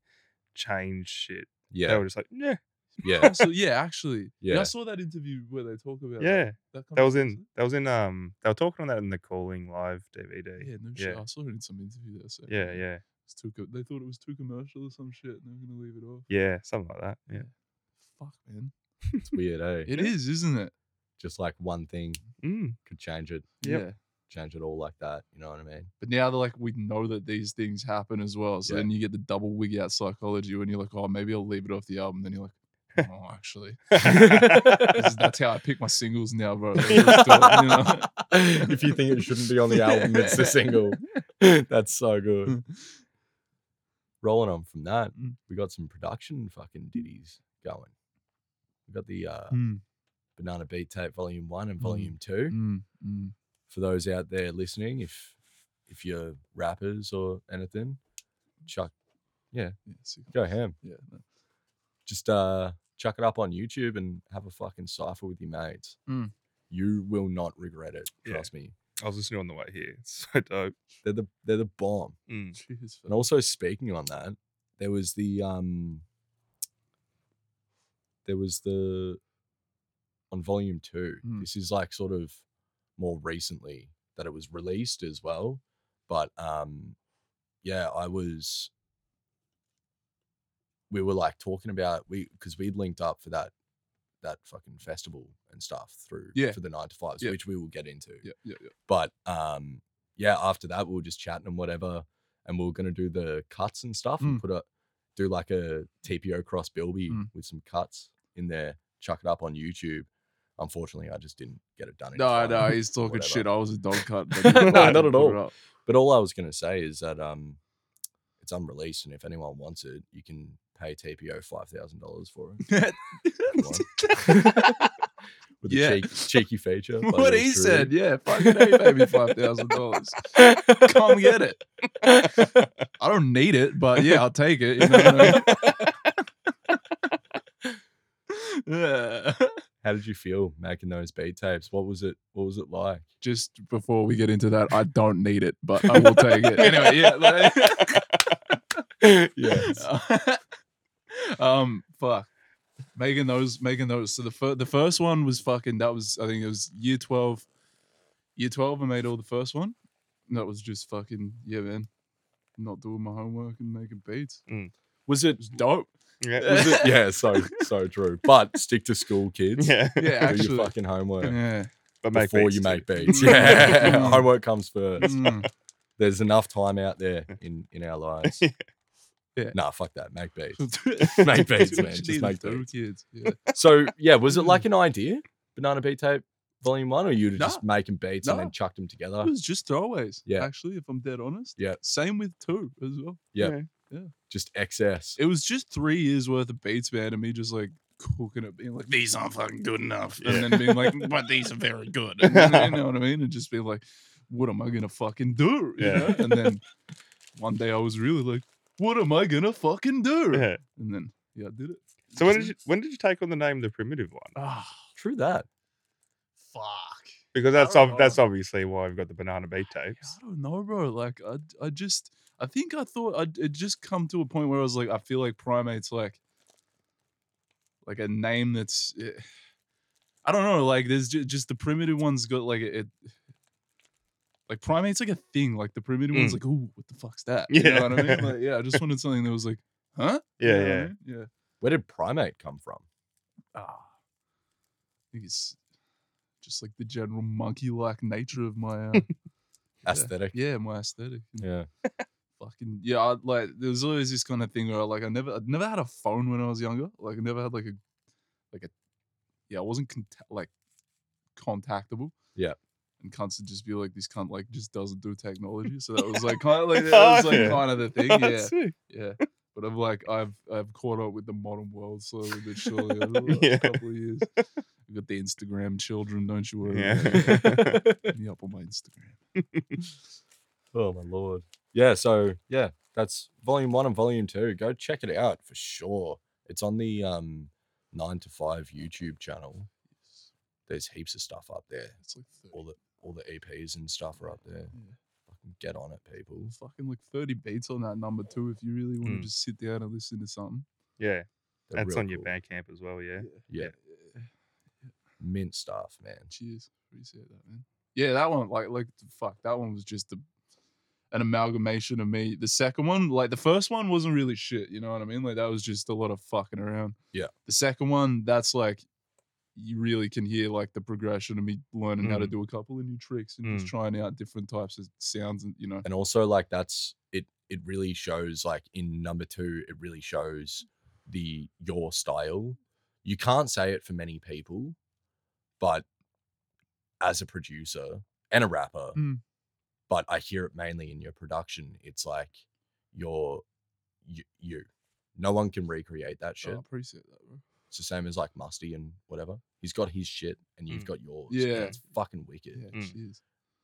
change shit. They
Yeah,
were just like, yeah,
yeah,
Also, yeah, actually. Yeah.
Yeah.
I saw that interview where they talk about that.
yeah.
That,
That was
company,
in. That was in. Um, they were talking on that in the calling live DVD.
Yeah, no shit. I saw it in some interview there. So
Yeah, yeah,
It's too co- they thought it was too commercial or some shit, and they were gonna leave it off.
yeah, something like that. Yeah.
Fuck, man.
it's weird, eh?
It is, isn't it?
Just like one thing
Mm.
could change it,
Yep.
Yeah.
change it all like that. You know what I mean?
But now they're like, we know that these things happen as well. So
Yeah.
then you get the double wig out psychology when you're like, oh, maybe I'll leave it off the album. Then you're like, oh, actually,
Mm.
this is, that's how I pick my singles now, bro. Like, let's do it, you know?
if you think it shouldn't be on the album, it's the single. That's so good. Rolling on from that,
Mm.
we got some production fucking ditties going. We got the uh,
Mm,
Banana Beat Tape Volume One and
Mm.
Volume Two.
mm, mm.
for those out there listening, if if you're rappers or anything, chuck
Yeah, sick.
go ham.
yeah no.
Just uh chuck it up on YouTube and have a fucking cipher with your mates.
Mm.
You will not regret it.
Yeah.
Trust me.
I was listening on the way here. It's so dope.
They're the they're the bomb.
Mm.
Cheers.
And also speaking on that, there was the um there was the on volume two.
Mm.
This is like sort of more recently that it was released as well. But um yeah, I was we were like talking about we because we'd linked up for that that fucking festival and stuff through
Yeah.
for the nine to fives,
Yeah.
which we will get into.
yeah yeah yeah
But um, yeah, after that we were just chatting and whatever, and we were gonna do the cuts and stuff and
Mm.
put a do like a TPO cross bilby
Mm.
with some cuts in there, chuck it up on YouTube. Unfortunately, I just didn't get it done. in
no
time.
no he's talking
whatever.
shit i was a dog cut but
No,
you
not
put
at
it
all.
up.
But all I was gonna say is that um, it's unreleased, and if anyone wants it, you can pay TPO five thousand dollars for it. With
Yeah.
a cheek, cheeky feature. by
what
yours
he
truly.
said yeah fucking hey baby five thousand dollars come get it i don't need it but yeah i'll take it you know what I mean? Yeah.
How did you feel making those beat tapes? What was it? What was it like?
Just before we get into that, I don't need it, but I will take it. Anyway, yeah. like- um, fuck. Making those, making those. So the fir- the first one was fucking. That was I think it was year twelve. Year twelve, I made all the first one. And that was just fucking yeah, man. Not doing my homework and making beats.
Was it
It was dope.
Yeah.
Was it- yeah, so so true. But stick to school, kids.
Yeah.
Yeah,
Do
actually.
your fucking homework
Yeah.
But make
before
beats
you
too.
make beats. Yeah,
Mm.
homework comes first.
Mm.
There's enough time out there in in our lives.
Yeah.
Nah, fuck that. Make beats.
Make
beats, man, just make beats.
Kids. Yeah.
So yeah, was it like
Mm.
an idea, Banana Beat Tape Volume One, or you were just making beats and
Nah.
then chucked them together?
It was just throwaways.
Yeah.
Actually, if I'm dead honest.
Yeah.
Same with two as well.
Just excess.
It was just three years worth of beats, man, and me just like cooking it, being like, these aren't fucking good enough.
Yeah.
And then being like, but these are very good. And then, you know what I mean? And just being like, what am I gonna fucking do? You
Yeah.
know? And then one day I was really like, what am I gonna fucking do?
Yeah.
And then yeah, I did it.
So when did you when did you take on the name the primitive one?
Ah,
True that.
fuck.
Because that's
don't
ob-
know.
that's obviously why we've got the banana beat tapes.
I don't know, bro. Like, I, I just, I think I thought I'd it just come to a point where I was like, I feel like primates, like, like a name that's, eh, I don't know, like, there's just, just the primitive ones got like it, like primates like a thing. Like the primitive ones, like, ooh, what the fuck's that? You
Mm. Yeah.
know what I mean? Like, yeah, I just wanted something that was like, huh? You
Yeah,
know what I
yeah.
mean? yeah.
Where did primate come from?
Ah, I think it's just like the general monkey-like nature of my, uh,
Aesthetic.
yeah, my aesthetic. and
Yeah.
fucking yeah I, like there was always this kind of thing where like i never i never had a phone when i was younger like i never had like a like a yeah i wasn't contact, like contactable
Yeah.
and cunts would just be like this cunt like just doesn't do technology so that was like kind of like that was like
Yeah.
kind of the thing yeah
Sick.
yeah but i'm like i've i've caught up with the modern world slowly but surely over the last
Yeah.
couple of years i've got the instagram children don't you worry
Yeah.
Hit me up on my instagram
Oh my lord. Yeah, so yeah, that's volume one and volume two. Go check it out for sure. It's on the um nine to five YouTube channel. There's heaps of stuff up there.
it's like 30
All the all the EPs and stuff are up there.
Yeah.
Fucking get on it, people.
Well, fucking like 30 beats on that number too if you really want to
Mm.
just sit down and listen to something.
Yeah,
They're
that's
real
on your
cool.
band camp as well. Yeah.
Yeah. Mint stuff, man.
Eh, Cheers. Appreciate that, man. Yeah, that one, like, like fuck, that one was just a, an amalgamation of me. The second one, like, the first one wasn't really shit. You know what I mean? Like, that was just a lot of fucking around.
Yeah.
The second one, that's like, you really can hear like the progression of me learning how to do a couple of new tricks and just trying out different types of sounds and you know.
And also like that's it it really shows like in number two, it really shows the your style. You can't say it for many people, but as a producer and a rapper,
Mm.
but I hear it mainly in your production. It's like your you, you. no one can recreate that
Oh,
shit.
I appreciate that, bro.
It's the same as like Musty and whatever. He's got his shit and you've
Mm.
got yours.
Yeah.
and it's fucking wicked.
Yeah,
Mm.
cheers.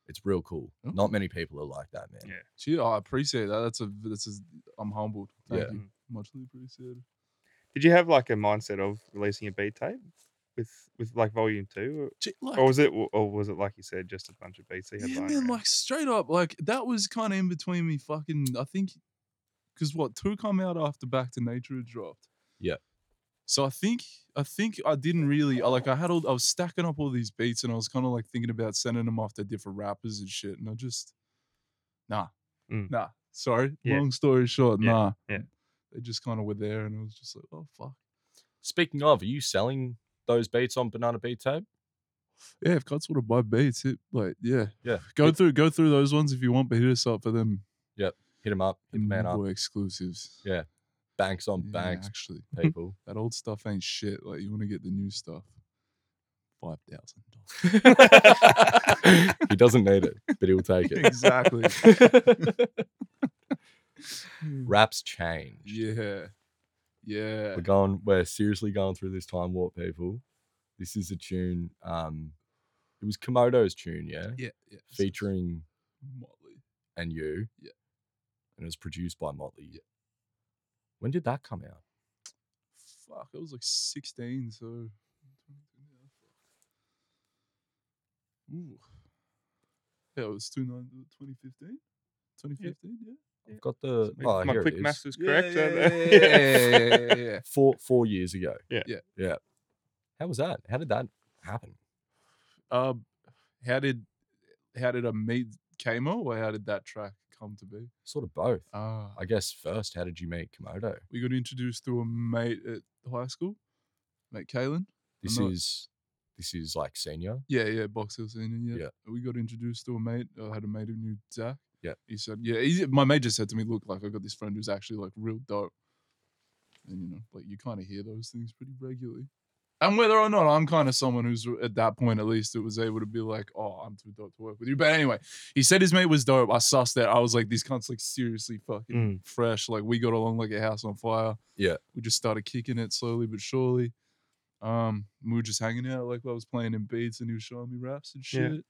It's real cool.
Oh.
Not many people are like that, man.
Yeah.
Gee, oh, I appreciate that. That's a this is I'm humbled. Thank
Yeah.
you. Muchly appreciated.
Did you have like a mindset of releasing a beat tape with with like volume two,
Gee, like,
or, or was it or was it like you said just a bunch of beats? that you had
yeah,
lying
man,
around?
like straight up, like that was kind of in between me fucking I think because what two come out after Back to Nature had dropped.
Yeah.
So I think I think I didn't really I, like I had all I was stacking up all these beats and I was kind of like thinking about sending them off to different rappers and shit and I just nah
Mm.
nah sorry
Yeah.
long story short
Yeah,
nah
yeah.
they just kind of were there and it was just like oh fuck
Speaking of, are you selling those beats on Banana Beat Tape?
yeah if cuts want to buy beats it like yeah
Yeah.
go
hit,
through go through those ones if you want but hit us up for them
hit him up. Hit the man up.
boy exclusives
Yeah. Banks on
Yeah,
banks,
actually
people.
that old stuff ain't shit. Like you want to get the new stuff. Five thousand dollars.
he doesn't need it, but he'll take it.
Exactly.
Raps change.
yeah. Yeah.
We're going. We're seriously going through this time warp, people. This is a tune. Um, it was Komodo's tune, yeah,
Yeah. yeah. So-
featuring
Motley.
and you.
Yeah.
And it was produced by Motley. Yeah. When did that come out?
Fuck, I was like sixteen, so. Ooh. Yeah, it was two nine, 2015? 2015, yeah.
I've got the.
If
Oh,
my
here
quick
it
maths
is.
was correct.
Yeah,
uh,
yeah, yeah, yeah, yeah, yeah.
Four four years ago.
Yeah.
Yeah.
Yeah. How was that? How did that happen?
Uh, how did how did I meet Kamo, or how did that track come to be?
Sort of both.
Ah,
I guess first, how did you meet Komodo?
we got introduced to a mate at high school, mate Kalen.
This
not-
is this is like senior.
Yeah, yeah, Box Hill senior. Yeah.
Yeah.
we got introduced to a mate. I had a mate who knew Zach.
Yeah.
he said, yeah, he, my mate just said to me, look, like I got this friend who's actually like real dope, and you know, like you kind of hear those things pretty regularly. And whether or not I'm kind of someone who's at that point, at least, that was able to be like, oh, I'm too dope to work with you. But anyway, he said his mate was dope. I sussed that. I was like, these cunts like seriously fucking
Mm.
fresh. Like we got along like a house on fire.
Yeah.
We just started kicking it slowly but surely. Um, we were just hanging out like I was playing in beats and he was showing me raps and
Yeah.
shit.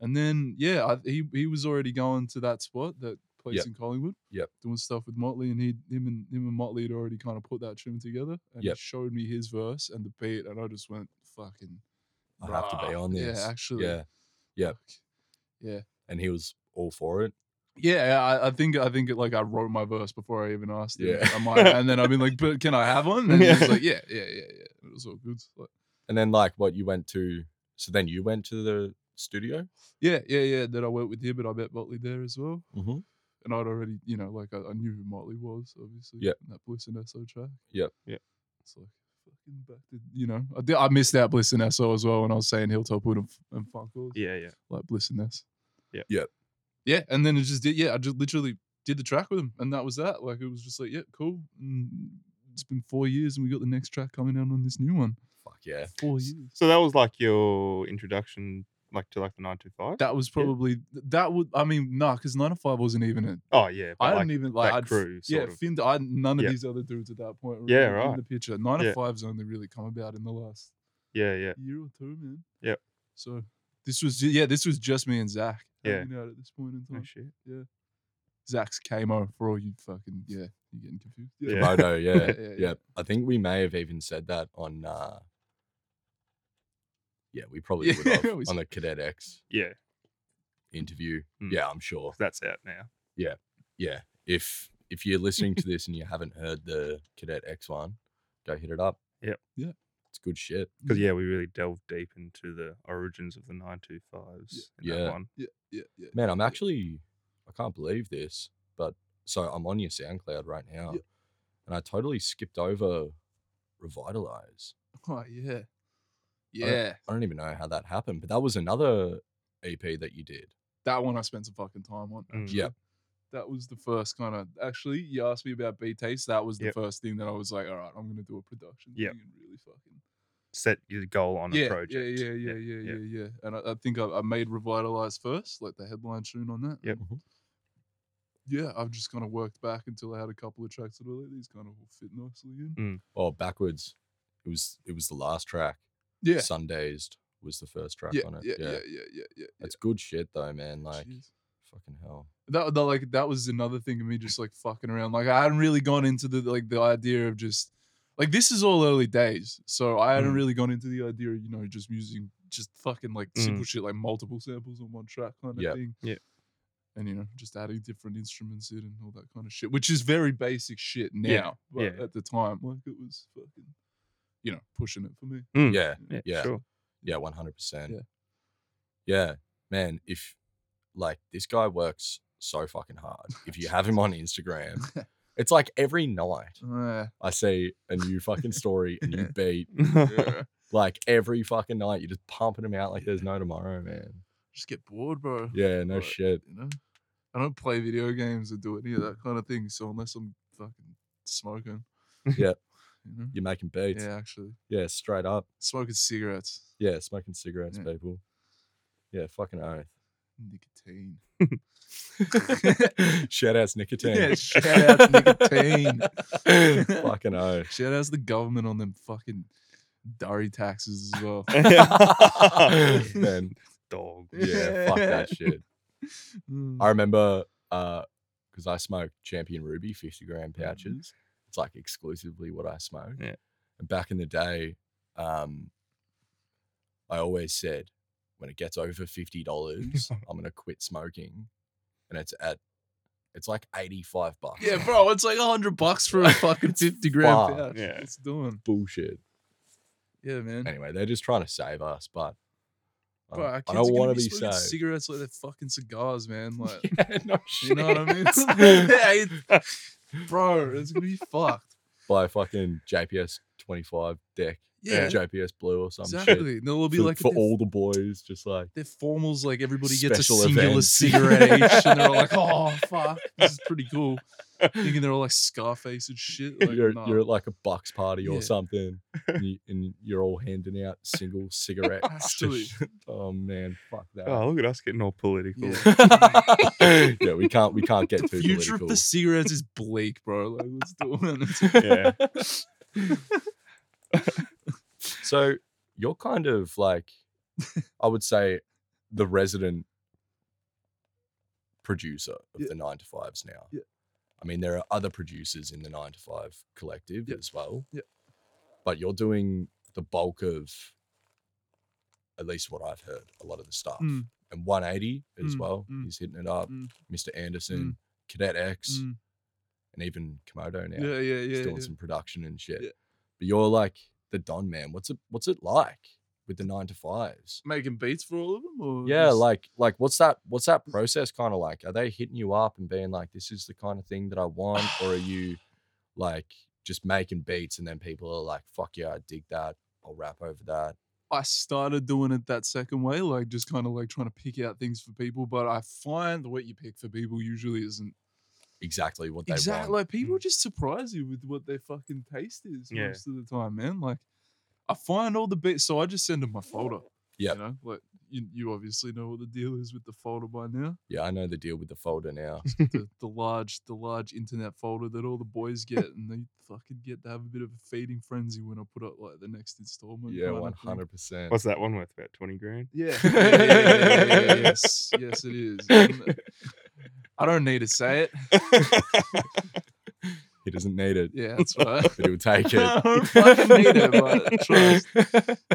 And then yeah, I, he he was already going to that spot, that place
Yep.
in Collingwood.
Yep.
Doing stuff with Motley and he him and him and Motley had already kind of put that tune together and
Yep.
he showed me his verse and the beat and I just went fucking
I have to be
"Rah."
on this.
Yeah, actually.
Yeah. Yep.
fuck. Yeah.
And he was all for it.
Yeah, I, I think I think it, like I wrote my verse before I even asked him.
Yeah.
I might, and then I've been like, "But can I have one?" And he
Yeah.
was like, "Yeah, yeah, yeah, yeah." It was all good. Like,
And then like what you went to so then you went to the studio?
yeah, yeah, yeah. Then I went with him, and I met Motley there as well.
Mm-hmm.
And I'd already, you know, like I, I knew who Motley was, obviously.
Yep.
and That Bliss and SO track.
Yep.
Yep.
It's like fucking back to you know. I did, I missed out Bliss and SO as well when I was saying Hilltop Hood and, and Funk Hood.
yeah, yeah.
like Bliss and Ness.
Yeah.
Yep.
Yeah, and then it just did. Yeah, I just literally did the track with him, and that was that. Like it was just like, yeah, cool. And it's been four years, and we got the next track coming out on this new one.
Fuck yeah.
Four years.
So that was like your introduction, like to like the nine two five.
That was probably that would. I mean, nah, because nine to five wasn't even it.
Oh yeah, but
I
like,
didn't even like.
that
I'd, f-
crew,
yeah,
sort of.
Finn. I none of
Yeah.
these other dudes at that point. Were
Yeah,
even In
right.
the picture, nine to
Yeah.
five's only really come about in the last
yeah, yeah.
year or two, man.
Yep.
So this was ju- yeah, this was just me and Zach.
Yeah.
hanging out at this point in
Oh,
time.
shit.
Zach's Camo for all you fucking yeah, you getting confused.
Yeah.
Komodo, yeah.
Yeah, yeah,
yeah. I think we may have even said that on uh yeah, we probably
Yeah,
would have
we s-
on the Cadet X
Yeah,
interview.
Mm.
Yeah, I'm sure.
that's out now.
yeah, if if you're listening to this and you haven't heard the Cadet X one, go hit it up.
Yep.
Yeah.
It's good shit.
Mm.
Because yeah, we really delved deep into the origins of the nine two fives.
Yeah.
that one.
Yeah, yeah, yeah.
Man, I'm actually I can't believe this, but so I'm on your SoundCloud right now
Yeah.
and I totally skipped over Revitalize.
Oh yeah,
don't-
yeah.
I don't even know how that happened, but that was another EP that you did.
That one I spent some fucking time on.
Mm.
Yeah.
actually. that was the first kind of. Actually, you asked me about B taste. That was the
Yep.
first thing that I was like, all right, I'm gonna do a production
Yep.
thing and really fucking.
Set your goal on
yeah,
a project.
yeah, yeah, yeah, yeah,
yeah.
yeah, yeah. And I, I think I, I made Revitalize first, like the headline tune on that.
Yep.
Mhm.
Yeah, I've just kind of worked back until I had a couple of tracks that were like these kind of will fit nicely in.
Mm.
Oh, Well, backwards. It was it was the last track.
Yeah,
Sundazed was the first track
yeah,
on it.
yeah, yeah, yeah, yeah, yeah, yeah.
That's good shit though, man. Like
Jeez.
fucking hell.
that, that like that was another thing of me just like fucking around. Like I hadn't really gone into the like the idea of just like this is all early days, so I hadn't
Mm.
really gone into the idea of you know just using just fucking like simple shit like multiple samples on one track kind of
Yep.
thing.
Mm. Yep.
And you know, just adding different instruments in and all that kind of shit, which is very basic shit now.
Yeah,
But
yeah.
at the time, like it was fucking, you know, pushing it for me.
Mm.
Yeah.
Yeah,
Yeah.
sure.
Yeah, one hundred percent.
Yeah.
Yeah, man. If like this guy works so fucking hard. If you have him on Instagram, it's like every night
Uh,
I see a new fucking story, a new
Yeah.
beat.
yeah.
Like every fucking night, you're just pumping him out like there's no tomorrow, man.
just get bored, bro.
Yeah, no
Right.
shit.
you know. I don't play video games or do any of that kind of thing. So unless I'm fucking smoking,
Yeah.
you know?
You're making beats. Yeah,
yeah, actually,
straight up.
smoking cigarettes,
Yeah, smoking cigarettes,
Yeah.
people. Yeah, fucking oath.
nicotine.
Shout outs nicotine.
Yeah, shout out nicotine.
fucking oath.
Shout outs the government on them fucking dairy taxes as well.
man,
Dog.
yeah, fuck that shit.
Mm.
I remember because I smoked Champion Ruby 50 gram
Mm-hmm.
pouches. It's like exclusively what I smoke.
Yeah.
And back in the day, um, I always said when it gets over fifty dollars, I'm gonna quit smoking. And it's at it's like 85 bucks.
Yeah, bro, it's like a hundred bucks for a fucking
It's
fifty gram
fucked.
pouch.
Yeah.
It's doing.
Bullshit.
Yeah, man.
Anyway, they're just trying to save us, but I
Bro,
don't-
our
I
kids
don't
want
want
to
to be,
smoking
saved.
cigarettes like they're fucking cigars, man. Like,
Yeah, no
You know what I mean?
shit.
It's- yeah, it- bro, it's gonna be fucked.
Buy a fucking JPS 25 deck,
Yeah,
JPS Blue or some shit.
exactly. And it'll be
for,
like
for
their,
all the boys, just like
their formals, like everybody gets a
Special
singular
events.
cigarette each, and they're all like, "Oh fuck, this is pretty cool." Thinking they're all like Scarface and shit. Like,
you're
nah.
you're at like a bucks party
Yeah.
or something, and, you, and you're all handing out single cigarettes. to
Actually.
sh- oh man, fuck that.
Oh, look at us getting all political.
Yeah.
yeah, we can't we can't get
the
too
future
political.
of the cigarettes is bleak, bro. Like, what's doing? It's
Yeah.
So you're kind of like, I would say, the resident producer of
Yeah.
the nine to fives now.
Yeah.
I mean, there are other producers in the nine to five collective
Yeah.
as well.
Yeah.
But you're doing the bulk of, at least what I've heard, a lot of the stuff.
Mm.
And 180 as
Mm,
well.
mm,
He's hitting it up.
mm.
Mr. Anderson, Cadet X,
Mm.
and even Komodo now.
Yeah, yeah, yeah.
He's doing
yeah.
some production and shit.
Yeah.
But you're like the Don man. What's it what's it like with the nine to fives?
Making beats for all of them, or
Yeah,
just-
like like what's that what's that process kind of like? Are they hitting you up and being like, this is the kind of thing that I want? or are you like just making beats and then people are like, fuck yeah, I dig that. I'll rap over that.
I started doing it that second way, like just kind of like trying to pick out things for people. But I find what you pick for people usually isn't
Exactly what they Mm.
exactly
want.
like people just surprise you with what their fucking taste is
Yeah.
most of the time, man. Like I find all the beats, so I just send them my folder.
Yep.
you know, like you, you obviously know what the deal is with the folder by now.
Yeah, I know the deal with the folder now.
the, the large, the large internet folder that all the boys get, and they fucking get to have a bit of a feeding frenzy when I put up like the next installment.
yeah,
kinda
one
thing.
hundred percent.
What's that one worth? About 20 grand?
Yeah. yeah, yeah, yeah, yeah, yeah, yes. Yes, it is. And I don't need to say it.
He doesn't need it.
Yeah, that's right.
But he'll take it.
I don't fucking need it, but trust.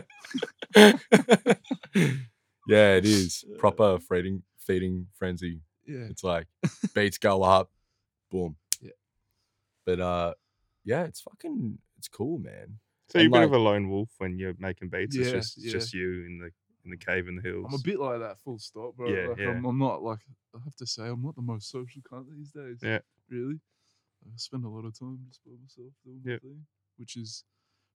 yeah, it is proper feeding feeding frenzy.
Yeah.
It's like beats go up, boom.
Yeah.
But uh, yeah, it's fucking it's cool, man.
So you're a
And
bit of a
like-
lone wolf when you're making beats. it's
Yeah,
just it's
yeah.
just you in the in the cave in the hills.
I'm a bit like that, full stop, bro.
Yeah,
like,
yeah.
I'm, I'm not like, I have to say, I'm not the most social cunt these days.
Yeah.
Really? I spend a lot of time just by myself doing my
Yeah.
thing, which is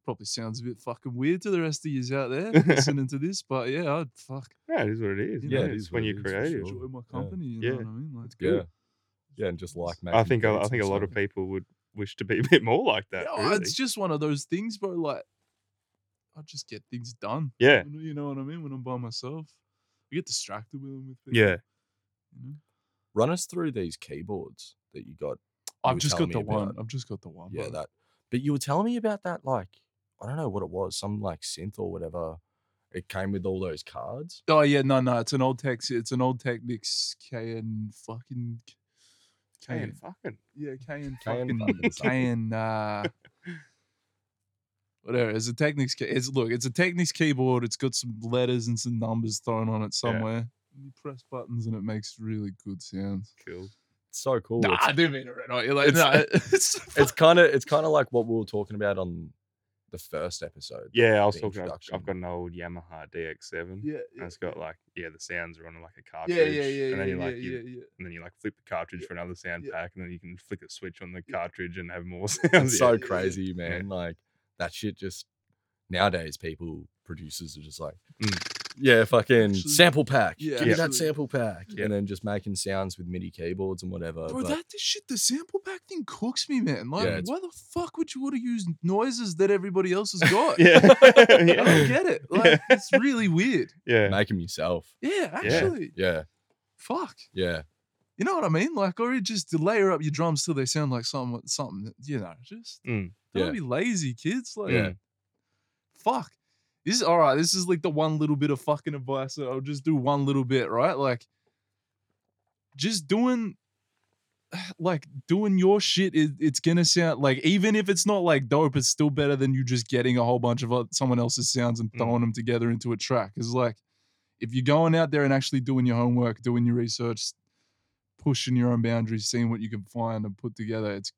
probably sounds a bit fucking weird to the rest of yous out there listening to this, but yeah, I'd fuck.
no, it is what it is.
You
Yeah,
know,
it
it
is
is
when
what
you're
it is for
creative.
sure.
Enjoy my
Yeah.
company, you
Yeah.
know what I mean? Like,
good.
Yeah, yeah, and just like making
I think I, I
beats
think a
and
lot of
stuff.
people would wish to be a bit more like that.
Yeah, oh,
really.
It's just one of those things, bro. Like, I just get things done.
yeah,
You know- You know what I mean? When I'm by myself, I get distracted when I'm with people.
yeah.
you know?
run us through these keyboards that you got.
I've
were
just got
telling
the
me about-
one. I've just got the
Uh-huh.
one.
Yeah,
bro.
that. But you were telling me about that, like I don't know what it was, some like synth or whatever It came with all those cards.
Oh yeah, no, no, it's an old Tex, it's an old Technics KN fucking
Man,
KN,
fucking.
yeah, KN
Cayenne
fucking
fucking something.
KN uh, whatever. It's a Technics. key- It's look, it's a Technics keyboard. It's got some letters and some numbers thrown on it somewhere. You press buttons and it makes really good sounds.
Cool.
It's so cool.
Nah,
It's-
I didn't mean to read You're like,
it's-
nah, it's,
it's kind of it's kind of like what we were talking about on the first episode.
Yeah, I was
the
talking. I've,
introduction.
I've got an old Yamaha DX7.
yeah,
And it's got like, yeah, the sounds are on like a
yeah,
cartridge.
yeah, yeah, yeah,
And then you
yeah,
like,
yeah,
you,
yeah.
and then you like flip the cartridge
Yeah,
for another sound
yeah.
pack, and then you can flick a switch on the
Yeah.
cartridge and have more
It's
sounds.
so
Yeah.
yeah, yeah.
crazy, man. Like that shit just nowadays people producers are just like
Mm.
yeah, fucking
Actually-
sample pack.
Yeah,
Give me that
absolutely.
sample pack.
Yeah.
And then just making sounds with MIDI keyboards
uh,
and whatever.
Bro,
but
that this shit, the sample pack thing cooks me, man. Like,
it's-
why the fuck would you want to use noises that everybody else has got?
Yeah.
I don't
yeah.
get it. Like, it's really weird.
yeah.
make them yourself.
Yeah, actually,
Yeah.
fuck.
Yeah.
You know what I mean? Like, or you just layer up your drums till they sound like something, something. You know, just
Mm.
don't
Yeah.
be lazy, kids. Like,
Yeah.
fuck. This is all right. This is like the one little bit of fucking advice that I'll just do one little bit, right? Like, just doing, like doing your shit. It, it's gonna sound like even if it's not like dope, it's still better than you just getting a whole bunch of oth- someone else's sounds and
Mm.
throwing them together into a track. It's like if you're going out there and actually doing your homework, doing your research, pushing your own boundaries, seeing what you can find and put together, it's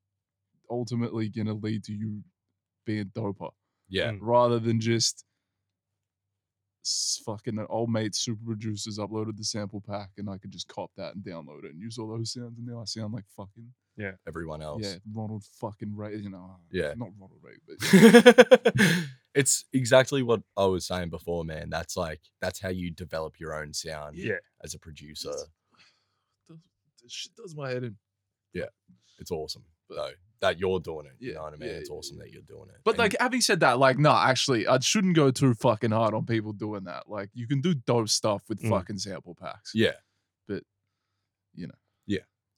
ultimately gonna lead to you being doper
Yeah.
Mm.
rather than just s- fucking an old mate super producers uploaded the sample pack and I could just cop that and download it and use all those sounds and now I sound like fucking
Everyone else.
yeah Ronald fucking Ray you know uh,
Yeah.
not Ronald Ray but
it's exactly what I was saying before, man. That's like that's how you develop your own sound
Yeah.
as a producer.
does, this shit does my head in
It's awesome though that you're doing it. You
Yeah,
know what I mean?
yeah,
it's
yeah,
awesome
yeah.
that you're doing it.
but
And
like having said that like nah actually I shouldn't go too fucking hard on people doing that like you can do dope stuff with
Mm.
fucking sample packs
yeah,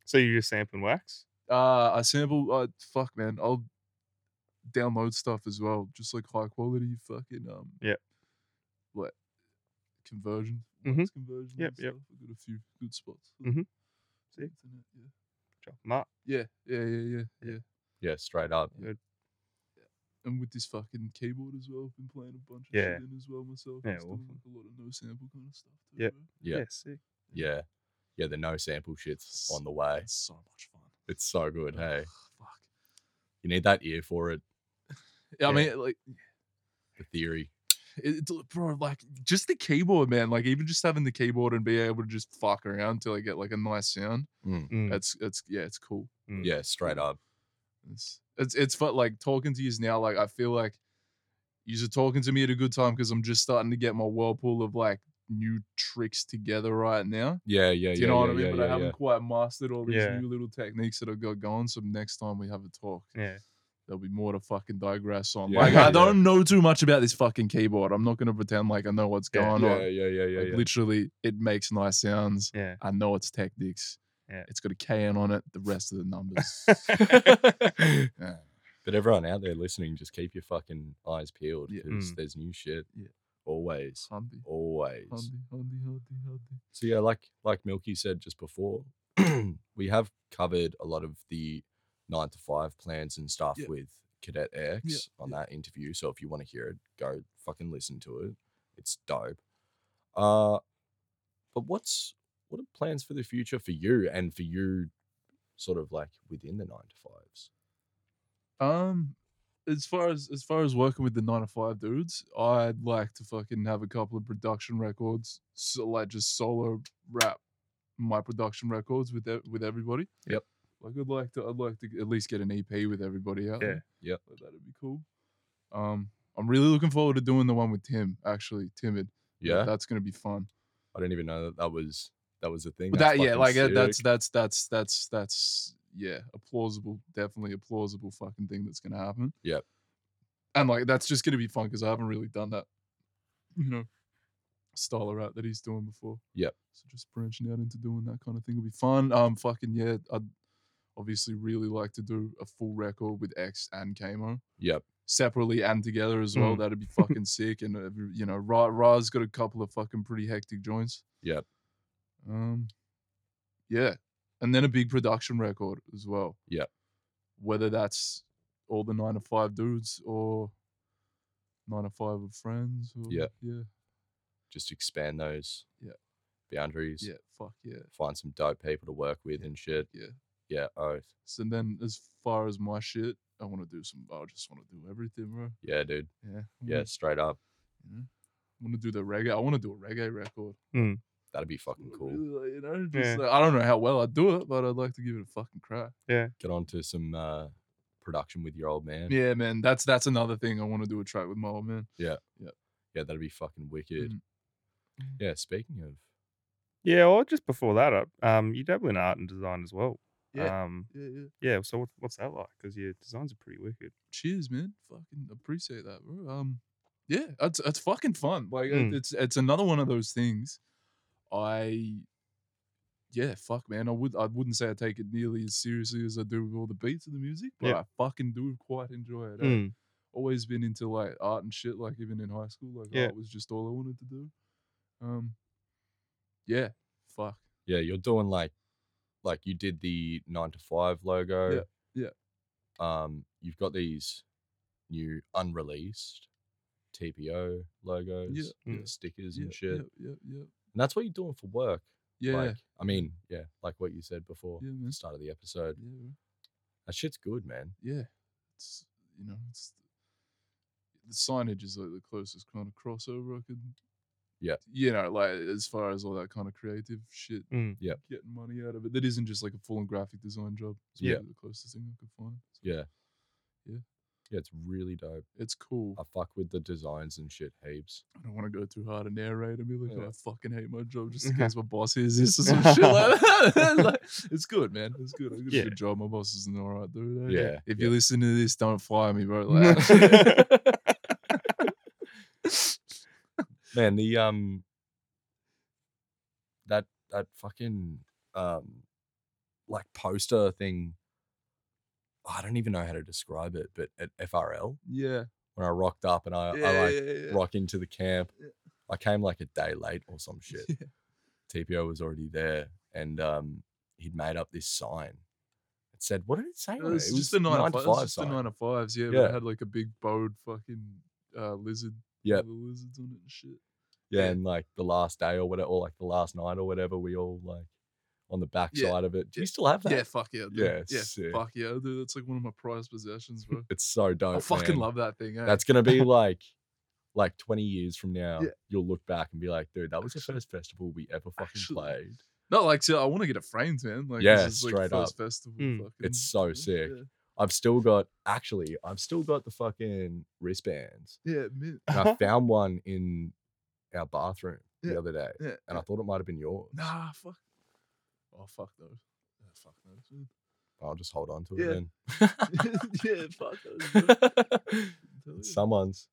So you just sampling wax?
Uh, I sample. Uh, fuck, man. I'll download stuff as well, just like high quality fucking um.
Yep.
What conversion?
Mhm.
wax Conversion.
Yep,
and
yep.
stuff. I've got a few good spots.
Mhm.
See.
Sick. Mark,
Yeah, yeah, yeah, yeah, yeah.
yeah, straight up.
And with this fucking keyboard as well, I've been playing a bunch of
Yeah.
shit in as well myself.
Yeah,
just doing,
awesome.
like, a lot of no sample kind of stuff. Too,
Yep.
bro.
Yeah.
yeah, sick.
Yeah. Yeah, the no sample shit's on the way.
It's so much fun.
It's so good. Hey,
Fuck.
you need that ear for it.
Yeah, I
Yeah.
mean, like,
The theory.
it, it's li- bro, like just the keyboard, man. Like even just having the keyboard and being able to just fuck around till I get like a nice sound.
Hmm.
Mm.
That's that's yeah, it's cool.
Mm.
Yeah, straight up.
It's it's it's fun. Like talking to you now, like I feel like you're talking to me at a good time because I'm just starting to get my whirlpool of like new tricks together right now.
Yeah, yeah, yeah.
Do you know what
yeah,
I mean?
yeah,
but I
yeah,
haven't
yeah.
quite mastered all these
Yeah.
new little techniques that I got going. So next time we have a talk,
Yeah.
there'll be more to fucking digress on.
Yeah,
like
yeah,
I
yeah.
don't know too much about this fucking keyboard. I'm not gonna pretend like I know what's
Yeah,
going on.
Yeah, yeah, yeah, yeah,
Like,
yeah.
Literally, it makes nice sounds.
Yeah.
I know it's techniques.
Yeah.
It's got a KN on it. The rest of the numbers. yeah.
but everyone out there listening, just keep your fucking eyes peeled
Yeah. mm.
because there's new shit.
Yeah.
Always.
Handy,
Always.
handy, handy, handy, handy.
So yeah, like like Milky said just before, we have covered a lot of the nine to five plans and stuff
Yeah.
with Cadet X on
yeah.
that interview. So if you want to hear it, go fucking listen to it. It's dope. Uh but what's what are plans for the future for you and for you sort of like within the nine to fives?
Um, as far as as far as working with the nine to five dudes, I'd like to fucking have a couple of production records, so like just solo rap my production records with e- with everybody.
Yep.
Like I'd like to I'd like to at least get an EP with everybody out.
Yeah.
there.
Yep.
Like, that'd be cool. Um, I'm really looking forward to doing the one with Tim. Actually, Timid. Like,
Yeah.
that's gonna be fun.
I didn't even know that that was that was a thing.
But
That's
that yeah,
fucking
like uh, that's
sick.
that's that's that's that's yeah, a plausible, definitely a plausible fucking thing that's gonna happen.
Yep.
And like that's just gonna be fun because I haven't really done that, you know, style of rap that he's doing before.
Yep.
So just branching out into doing that kind of thing will be fun. Um, fucking yeah, I'd obviously really like to do a full record with X and Kamo.
Yep.
separately and together as well.
Mm.
That'd be fucking sick. And uh, you know, Ra Ra's got a couple of fucking pretty hectic joints.
Yep.
Um, yeah, and then a big production record as well.
Yep.
Whether that's all the nine to five dudes or nine to five of friends. Or,
Yep.
Yeah.
Just expand those
Yeah.
boundaries.
Yeah. Fuck yeah.
Find some dope people to work with and shit.
Yeah.
Yeah. Oath.
So then, as far as my shit, I want to do some. I just want to do everything, bro.
Yeah, dude.
Yeah. I
Yeah, straight up.
want to do the reggae. I want to do a reggae record.
That'd be fucking cool.
Really, You know,
Yeah.
just, like, I don't know how well I'd do it, but I'd like to give it a fucking crack.
Get on to some uh, production with your old man.
Yeah, man. That's that's another thing I want to do a track with my old man.
Yeah, that'd be fucking wicked.
Mm.
Yeah, speaking of
Yeah, or just before that, uh, um, you dabble in art and design as well.
Yeah.
Um,
Yeah, yeah.
yeah. So what, what's that like? Because your designs are pretty wicked.
Cheers, man. Fucking appreciate that, bro. Um, yeah, that's that's fucking fun. Like it-
Mm.
it's it's another one of those things. I, yeah, fuck, man. I would I wouldn't say I take it nearly as seriously as I do with all the beats and the music, but
Yeah.
I fucking do quite enjoy it. eh?
Mm.
always been into like art and shit. Like even in high school, like
Yeah.
art was just all I wanted to do. Um, yeah, fuck.
Yeah, you're doing like like you did the nine to five logo.
yeah.
Um, you've got these new unreleased TPO logos,
yeah,
and stickers
Yeah,
and shit.
yeah, yeah, yeah,
And that's what you're doing for work.
yeah,
Like I mean, yeah, like what you said before
yeah,
at
man.
the start of the episode.
yeah, bro.
That shit's good, man.
yeah. It's you know, it's the signage is like the closest kind of crossover I could.
Yeah.
you know, like as far as all that kind of creative shit,
Mm.
Yeah.
getting money out of it. That isn't just like a full and graphic design job. It's
Yeah.
really the closest thing I could find. So
Yeah.
Yeah.
Yeah, it's really dope.
it's cool.
I fuck with the designs and shit heaps.
I don't want to go too hard and narrate and be like,
Yeah.
"Oh, I fucking hate my job just in case my boss hears this or some shit like that. Like, it's good, man. It's good. I did
Yeah.
a good job. My boss is an all right dude. eh?
Yeah,
If
yeah.
you listen to this, don't fire me, bro. Like,
Man, the um that that fucking um like poster thing I don't even know how to describe it, but at FRL
yeah.
when I rocked up and I,
Yeah.
I like
yeah, yeah.
rock into the camp.
Yeah.
I came like a day late or some shit.
Yeah.
TPO was already there and um he'd made up this sign. It said, what did it say?
It
on
was,
it?
just the nine, to five. It's just the
sign.
nine to fives. Yeah, But
Yeah.
it had like a big bowed fucking uh, lizard.
Yep.
with The lizards on it and shit.
yeah,
Yeah.
and like the last day or whatever, or like the last night or whatever, we all like on the backside of it. Do you
Yeah.
still have that?
Yeah, fuck yeah, dude.
Yeah,
yeah,
sick.
fuck yeah, dude. That's like one of my prized possessions, bro.
It's so dope.
I fucking
man.
love that thing. Eh?
That's gonna be like, like twenty years from now,
Yeah.
you'll look back and be like, dude, that was
Actually-
the first festival we ever fucking
actually,
played.
No, like, so I want to get it framed, man. Like,
Yeah,
this is like
straight
first
up.
festival.
Mm.
Fucking,
It's so
yeah,
sick. I've still got, actually, I've still got the fucking wristbands.
Yeah, yeah, man.
And I found one in our bathroom
Yeah,
the other day,
yeah,
and I thought it might have been yours.
Nah, fuck. Oh, fuck those. Yeah, fuck those. man.
I'll just hold on to
Yeah.
it
yeah, fuck those. man.
then.
Tell you.
Someone's.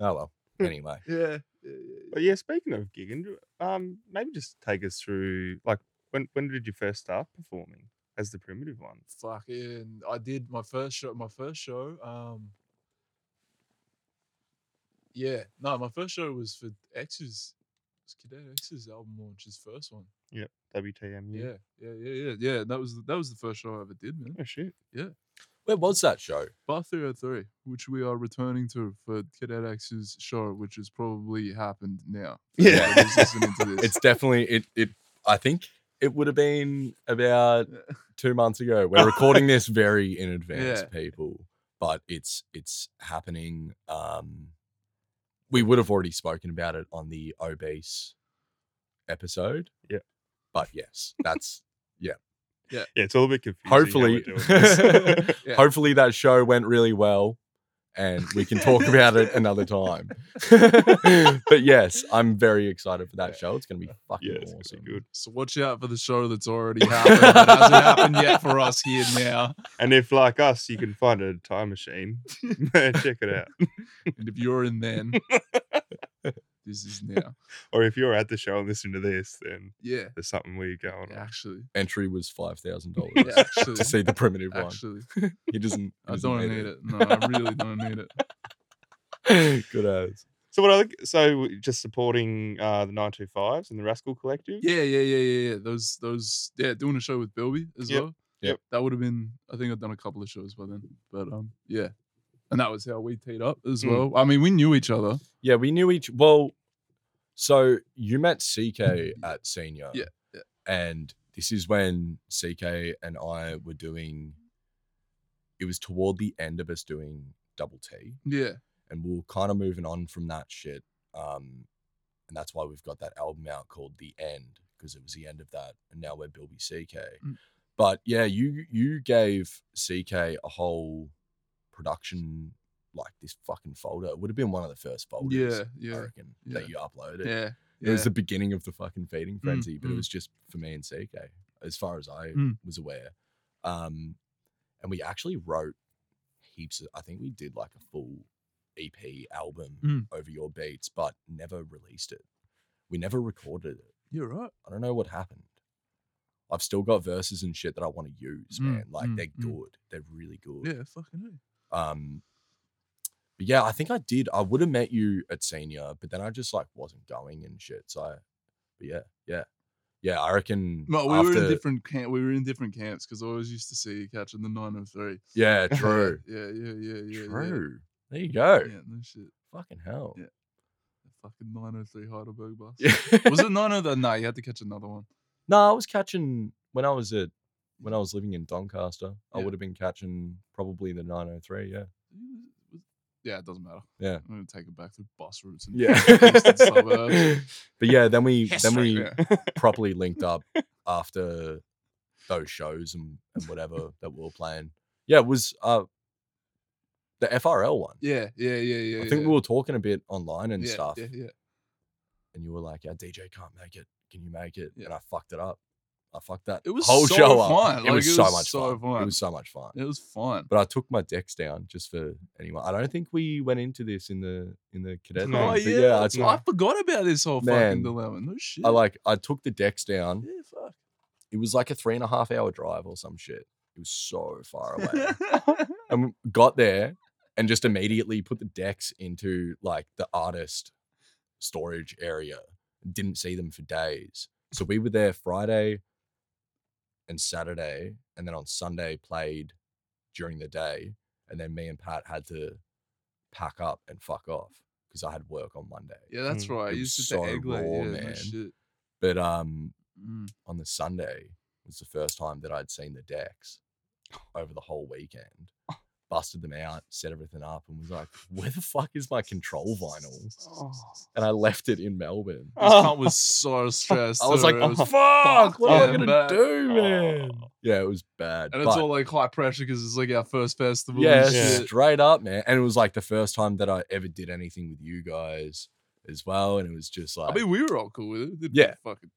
Oh well. Anyway.
yeah, yeah, yeah, yeah.
But yeah, speaking of gigging, do- um, maybe just take us through like when when did you first start performing as the primitive one?
Fucking, I did my first show. My first show. Um. Yeah, no, my first show was for X's. It's Cadet X's album launch, his first one.
WTMU.
Yeah, yeah, yeah, yeah, yeah. That was that was the first show I ever did, man.
Oh shit.
Where was that show?
Bar 303, which we are returning to for Cadet X's show, which has probably happened now. for
Yeah.
anyone who's listening to this.
It's definitely it it I think it would have been about two months ago. We're recording this very in advance,
Yeah.
people. But it's it's happening. Um we would have already spoken about it on the obese episode.
Yeah.
But yes, that's
Yeah, it's all a bit confusing. how we're
hopefully
doing this.
Yeah.
hopefully that show went really well and we can talk about it another time. but yes, I'm very excited for that show. It's gonna be fucking
yeah, it's
awesome.
gonna be good.
so watch out for the show that's already happened. that hasn't happened yet for us here now.
And if like us, you can find a time machine, check it out.
And if you're in then, this is now.
Or if you're at the show and listening to this, then
Yeah,
there's something weird going on.
actually,
Entry was five thousand
yeah,
dollars
actually,
to see the primitive one.
actually,
He doesn't. he
I
doesn't
don't need it. No, I really don't need it.
it. Good ass.
So what? I think, so just supporting uh, the 925s and the Rascal Collective.
Yeah, yeah, yeah, yeah, yeah. Those, those, yeah, doing a show with Bilby as
Yep,
well.
yep.
That would have been. I think I'd done a couple of shows by then, but um, yeah, and that was how we teed up as
Mm.
well. I mean, we knew each other.
Yeah, we knew each. Well, so you met CK at senior.
Yeah, yeah.
And this is when CK and I were doing. It was toward the end of us doing double T,
Yeah,
and we were kind of moving on from that shit. Um, and that's why we've got that album out called The End because it was the end of that, and now we're Bilby CK.
Mm.
But yeah, you you gave CK a whole production like this fucking folder. Oh, It would have been one of the first folders.
yeah, yeah,
I
yeah,
reckon,
yeah.
that you uploaded.
yeah.
It was the beginning of the fucking feeding
Mm,
frenzy, but it
mm.
was just for me and CK, as far as I
Mm.
was aware. Um, and we actually wrote heaps of, I think we did like a full EP album
Mm.
over your beats, but never released it. We never recorded it.
You're right.
I don't know what happened. I've still got verses and shit that I want to use,
Mm,
man. Like
mm,
they're
mm.
good. They're really good.
Yeah, fucking A.
Um, but yeah, I think I did. I would have met you at senior, but then I just like wasn't going and shit. So, I, but yeah, yeah, yeah. I reckon.
No, we were
after-
in different camp. We were in different camps because I always used to see you catching the nine of three.
Yeah, true,
Yeah, yeah, yeah, yeah. yeah,
true. There you go.
Yeah, no shit.
Fucking hell.
Yeah. The fucking 903 Heidelberg bus.
Yeah.
Was it 903? No, you had to catch another one.
no, I was catching when I was at when I was living in Doncaster. I
Yeah.
would have been catching probably the 903. Yeah.
Yeah, it doesn't matter.
Yeah.
I'm going to take it back through bus routes and
Yeah.
eastern suburbs.
but yeah, then we then
History.
we
Oh. Yeah.
properly linked up after those shows and, and whatever that we were playing. Yeah, it was uh the FRL one.
Yeah, yeah, yeah, yeah.
I think
yeah.
we were talking a bit online and
yeah,
stuff,
Yeah, yeah.
and you were like, "Yeah, DJ can't make it. Can you make it?"
Yeah.
And I fucked it up. I fucked that
It was
whole
so
show up.
fun,
It
like,
was
it
so
was
much fun.
so
It
fun.
was so much fun.
It was fun.
But I took my decks down just for anyone. I don't think we went into this in the in the cadet.
No.
thing,
oh,
but
yeah.
yeah I,
that's-
took-
I forgot about this whole
Man,
fucking dilemma. No shit.
I like I took the decks down.
Yeah, fuck.
It was like a three and a half hour drive or some shit. It was so far away.
yeah,
and we got there and just immediately put the decks into like the artist storage area. Didn't see them for days. So we were there Friday and Saturday, and then on Sunday played during the day, and then me and Pat had to pack up and fuck off because I had work on Monday.
that's
Mm.
right. I
It was
used to
so
egg lay.
raw,
Yeah,
man.
No shit.
But um,
Mm.
on the Sunday was the first time that I'd seen the decks over the whole weekend. Busted them out, set everything up, and was like, "Where the fuck is my control vinyl?" And I left it in Melbourne.
Oh,
This cunt was so stressed.
I was like,
too. It
"Oh
was
fuck, what am I
fucking
gonna
bad."
do, man?" Yeah, it was bad.
oh. And it's
but-
all like high pressure because it's like our first festival.
yeah,
and shit.
straight up, man. And it was like the first time that I ever did anything with you guys as well. And it was just like,
I mean, we were all cool with it. Didn't
Yeah.
fucking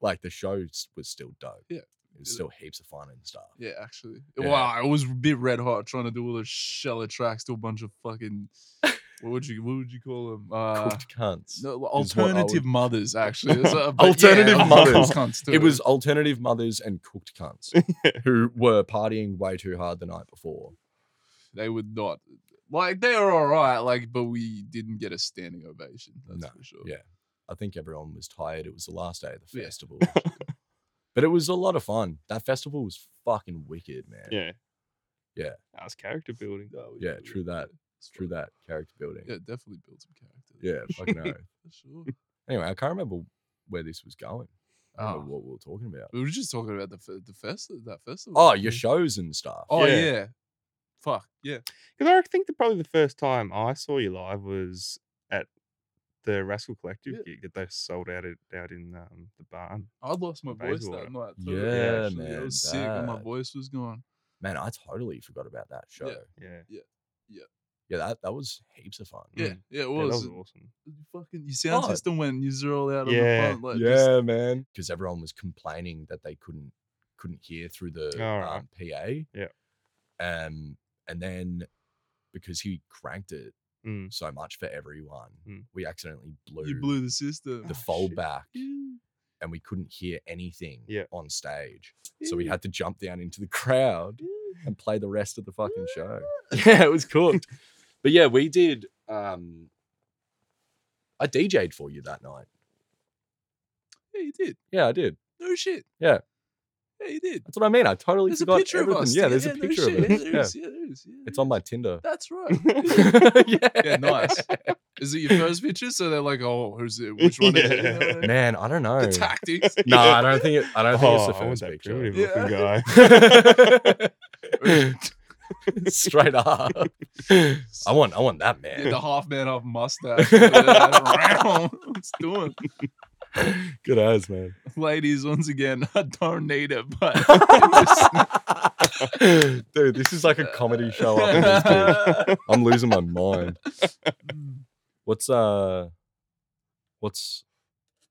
like the show s- was still dope.
Yeah,
it was
it-
still heaps of fun and stuff.
yeah. Actually,
Yeah.
wow, it was a bit red hot trying to do all those shallow tracks to a bunch of fucking what would you what would you call them? Uh,
Cooked cunts.
no,
is what I would-
alternative mothers, actually. It's, uh, but
Alternative
yeah,
mothers.
cunts
It
too.
was alternative mothers and cooked cunts who were partying way too hard the night before.
they would not like they were all right, like, but we didn't get a standing ovation. That's
No,
for sure.
yeah. I think everyone was tired. It was the last day of the
Yeah.
festival. but it was a lot of fun. That festival was fucking wicked, man.
yeah.
Yeah.
That was character building.
No, we
Yeah,
did,
true that.
It's
Through
fine.
that character building.
Yeah, definitely build some character.
Yeah, fucking oath.
for sure.
Anyway, I can't remember where this was going. I don't
Ah.
remember what we were talking about.
We were just talking about the fe- the fest that festival.
Oh,
weren't
your
we?
shows and stuff.
Oh yeah.
Yeah.
Fuck yeah.
Because I think that probably the first time I saw you live was at the Rascal Collective
Yeah.
gig that they sold out at, out in um, the barn.
I lost my voice
Bayswater.
that night. Too.
Yeah,
actually. I
man,
was sick and my
that-
voice was gone.
man, I totally forgot about that show. Yeah,
Yeah.
that, that was heaps of fun.
Yeah,
Mm.
yeah, it
Yeah, that
was.
was awesome.
Fucking your sound
Fun.
system went you zero out on
Yeah,
the front. Like, just-
man. Because everyone was complaining that they couldn't couldn't hear through the
Alright.
um, PA.
Yeah.
Um, and then because he cranked it,
Mm.
so much for everyone.
Mm.
We accidentally blew,
You blew the system.
the
Oh,
fold
shit.
back
Yeah.
and we couldn't hear anything
Yeah.
on stage. So we had to jump down into the crowd and play the rest of the fucking show. Yeah, it was cooked. but yeah, we did. Um, I DJ'd for you that night.
Yeah, you did.
Yeah, I did.
No shit.
Yeah.
Yeah, you did.
That's what I mean. I totally
There's a
forgot
picture of
everything.
us.
Yeah,
together.
there's a
no
picture
shit.
of us.
Yeah,
Yeah.
there is. Yeah, there is. Yeah, there
It's on
is.
my Tinder.
That's right.
yeah.
yeah, nice. Is it your first picture? So they're like, oh, who's it? Which one is it? You know what I mean?
Man, I don't know.
The tactics.
no,
Yeah.
I don't think it, I don't think
Oh,
it's the
I want
first
that
picture.
primitive looking guy.
Straight up. I want I want that man.
Yeah, the half man, half mustache. Look at that. What's doing?
Good eyes, man.
Ladies, once again, I don't need it, but it
Dude, this is like a comedy show up in this bitch.
was-
I'm losing my mind. What's uh what's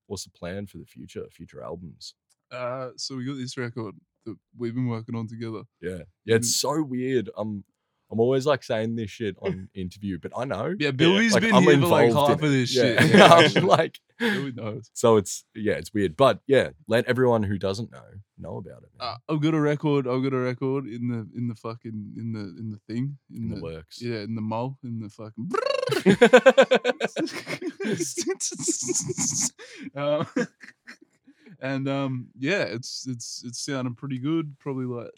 what's the plan for the future, future albums?
uh, so we got this record that we've been working on together.
Yeah. Yeah, it's
Mm.
so weird. I'm I'm always like saying this shit on interview, but I know.
Yeah, Billy's
like,
been
I'm
here for like
involved in
half of this
Yeah.
shit. Yeah.
I'm like
Billy knows.
so it's yeah, it's weird. But yeah, let everyone who doesn't know know about it. man.
Uh, I've got a record. I've got a record in the in the fucking in the in the thing
in the works.
Yeah, in the mole, in the fucking. um, and um, yeah, it's it's it's sounding pretty good. Probably like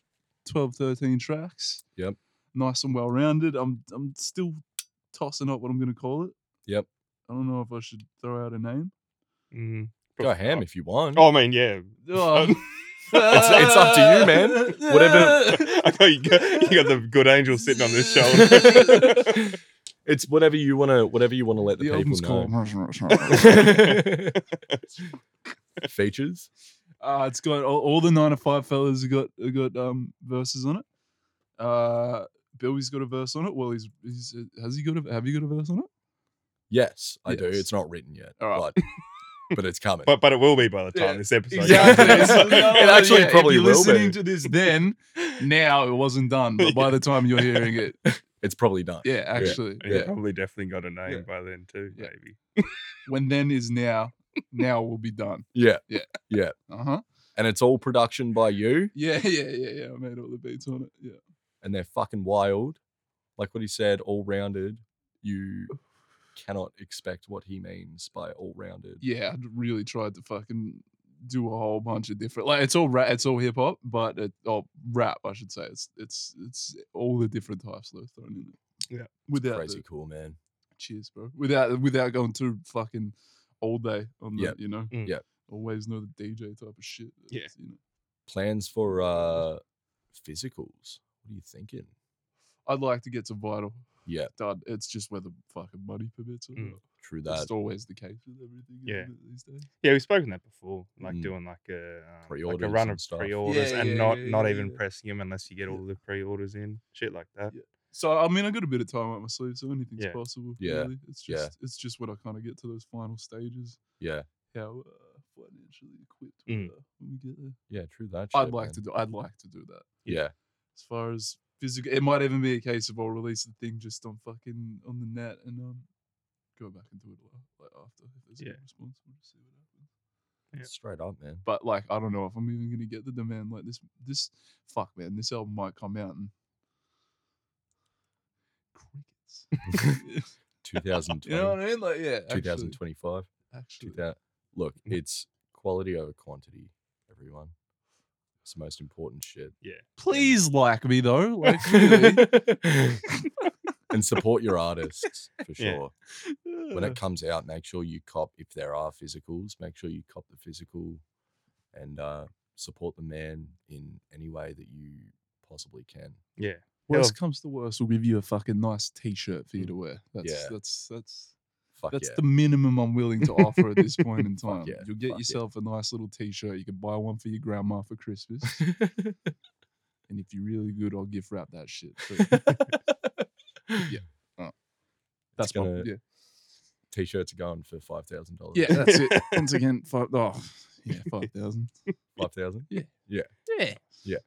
12, 13 tracks.
Yep.
Nice and well rounded. I'm I'm still tossing up what I'm gonna call it.
Yep.
I don't know if I should throw out a name.
Mm.
Go
uh,
ham if you want.
Oh, I mean, yeah.
Oh.
it's up to you, man. Whatever-
I thought you got, you got the good angel sitting on this shoulder.
It's whatever you wanna whatever you wanna let the,
the
people
album's
know.
called.
Features.
Uh, it's got all, all the nine to five fellas have got have got um verses on it. Uh, Billy's got a verse on it. Well, he's, he's has he got a have you got a verse on it?
Yes, I do.
Yes.
It's not written yet,
All right.
but but it's coming.
but but it will be by the time
Yeah,
this episode.
Exactly.
comes out.
It actually probably
if you're
will
listening
be.
to this then. Now it wasn't done, but by the time you're hearing it,
it's probably done.
yeah, actually,
And
yeah.
you probably definitely got a name
Yeah.
by then too,
Yeah.
maybe.
When then is now, now will be done.
Yeah.
Uh huh.
And it's all production by you,
Yeah, yeah, yeah, yeah. I made all the beats on it. Yeah.
and they're fucking wild. Like what he said, all rounded. You cannot expect what he means by all rounded.
yeah, I really tried to fucking do a whole bunch of different. Like it's all rap, it's all hip hop, but it, oh, rap, I should say. It's it's it's all the different types that are thrown in there.
Yeah.
without
Crazy
the-
cool, man.
cheers, bro. Without without going too fucking all day on that,
Yeah.
you know.
Mm.
Yeah.
Always know the DJ type of shit.
Yeah.
that's, You know.
Plans for uh physicals. What are you thinking?
I'd like to get to vital.
Yeah,
Dud, It's just whether fucking money permits or
Mm.
not.
true that.
It's always the case with everything. isn't
Yeah.
it, these days.
Yeah, we've spoken that before, like
Mm.
doing like a um, like a
Pre-orders
run
and
of
stuff.
pre-orders
Yeah,
and
yeah,
not
yeah,
not
yeah,
even
yeah.
pressing them unless you get all the pre-orders in, shit like that.
Yeah. So I mean, I got a bit of time up my sleeve, so anything's
Yeah.
possible.
Yeah.
really. it's
Yeah.
just it's just when I kind of get to those final stages,
Yeah.
how uh, financially equipped
Mm.
we are when we get there.
Yeah, true that.
I'd
shit,
like
man.
to do. I'd like to do that.
Yeah.
As far as physical, it might even be a case of I'll release the thing just on fucking on the net and um go back and do it a- like after if there's
Yeah.
any response, we'll just see what happens.
Yeah.
Straight up, man.
But like, I don't know if I'm even gonna get the demand. Like this, this fuck man, this album might come out and crickets.
2020,
you know what I mean? Like yeah, actually. Mm-hmm.
2025.
Actually,
2000. Look,
Mm.
it's quality over quantity, everyone. It's the most important shit.
please like me though. Like, really.
and support your artists for sure.
Yeah.
When it comes out, make sure you cop if there are physicals, make sure you cop the physical and uh, support the man in any way that you possibly can.
Yeah.
worst comes to worst, we'll give you a fucking nice T-shirt for you to wear. That's
Mm, Yeah.
that's that's
Fuck
that's
yeah.
the minimum I'm willing to offer at this point in time.
Fuck yeah,
You'll get
fuck yeah.
yourself a nice little T-shirt. You can buy one for your grandma for Christmas, and if you're really good, I'll gift wrap that shit. too. Yeah. Uh, that's my-
gonna-
yeah,
T-shirts are going for five thousand dollars.
yeah. That's it. Once again, five. Oh, yeah, five thousand.
five thousand.
Yeah.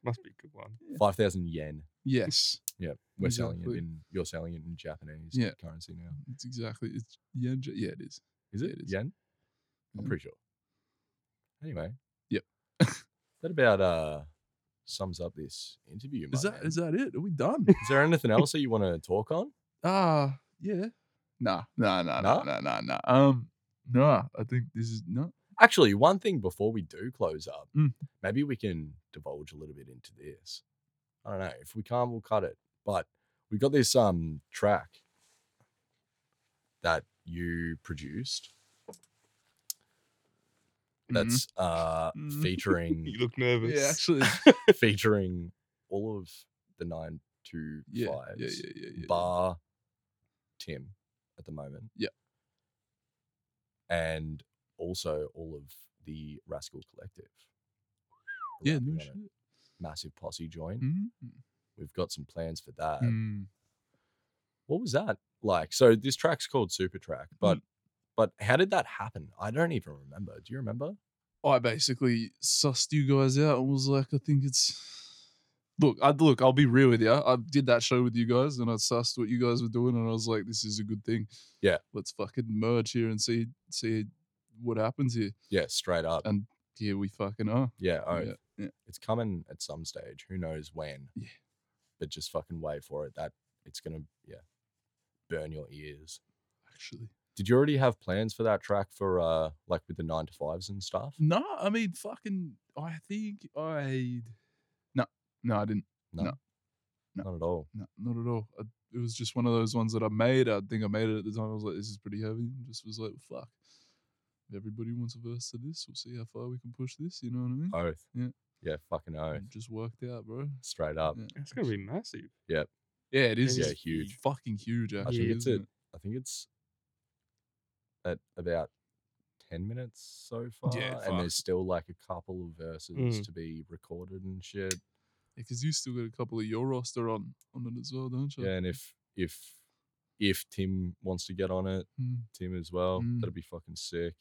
must be a good one.
Five thousand yen.
Yes.
Yeah, we're selling
Exactly.
it in. You're selling it in Japanese
Yeah.
currency now.
It's exactly it's yen. J- Yeah, it is.
Is
Yeah,
it
it is.
yen? I'm
Yeah.
pretty sure. Anyway.
Yep.
that about uh sums up this interview.
Is
my
that
man.
is that it? Are we done?
Is there anything else that you want to talk on?
Ah, yeah. Nah, nah, nah, nah,
Nah?
nah, nah, nah. Um, nah. I think this is no.
Actually, one thing before we do close up,
Mm.
maybe we can divulge a little bit into this. I don't know. If we can't, we'll cut it. But we got this um track that you produced
Mm-hmm.
that's uh
Mhm.
featuring
You look nervous.
Mm-hmm. yeah, actually,
featuring all of the nine two
yeah, yeah, yeah, yeah,
fives,
yeah, yeah.
bar Tim at the moment.
Yeah. and
Also all of the Rascal Collective.
yeah,
rapping
no
on it.
shit.
Massive posse joint.
Mm,
We've got some plans for that.
mm,
What was that like? So this track's called Super Track, but
Mm.
but how did that happen? I don't even remember. Do you remember?
I basically sussed you guys out and was like, I think it's. Look, I look. I'll be real with you. I did that show with you guys, and I sussed what you guys were doing, and I was like, "This is a good thing."
Yeah.
let's fucking merge here and see see what happens here.
Yeah, straight up.
And here we fucking are.
yeah, oh,
yeah, yeah.
it's coming at some stage. Who knows when?
Yeah.
But just fucking wait for it. That it's gonna yeah burn your ears.
Actually,
Did you already have plans for that track for uh like with the nine to fives and stuff?
No, I mean, fucking, I think I. No, no, I didn't. no.
Not at all.
No, not at all. I, it was just one of those ones that I made. I think I made it at the time. I was like, this is pretty heavy. And just was like, fuck. If everybody wants a verse to this, we'll see how far we can push this. You know what I mean?
Oath.
Yeah.
Yeah, fucking oath.
And it just worked out, bro.
Straight up.
Yeah,
It's gonna be massive.
yeah it is.
Yeah,
it's
huge.
Fucking huge,
I
actually.
think it's
isn't
at
it?
I think it's at about ten minutes so far. and
fuck.
there's still like a couple of verses
Mm.
to be recorded and shit.
Because you still got a couple of your roster on, on it as well, don't you?
Yeah, and if if if Tim wants to get on it,
Mm.
Tim as well,
Mm.
that'd be fucking sick.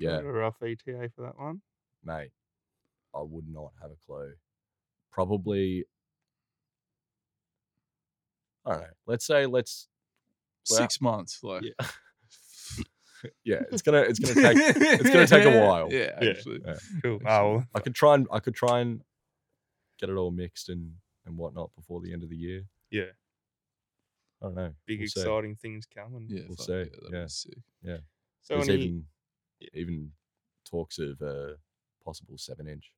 Can I
Yeah,
get A rough ETA for that one.
mate, I would not have a clue. Probably. I don't know. Let's say let's Well,
Six months. Like,
Yeah.
yeah. It's gonna it's gonna take. it's gonna take a while.
Yeah,
Yeah.
actually.
Yeah.
Cool.
Actually,
Oh,
I could try and I could try and get it all mixed and and whatnot before the end of the year.
Yeah.
I don't know.
big
We'll see.
exciting things coming.
Yeah,
We'll
fuck
see,
Yeah, that'd
yeah.
be sick.
So
There's
any,
even
Yeah.
even talks of uh, possible seven inch.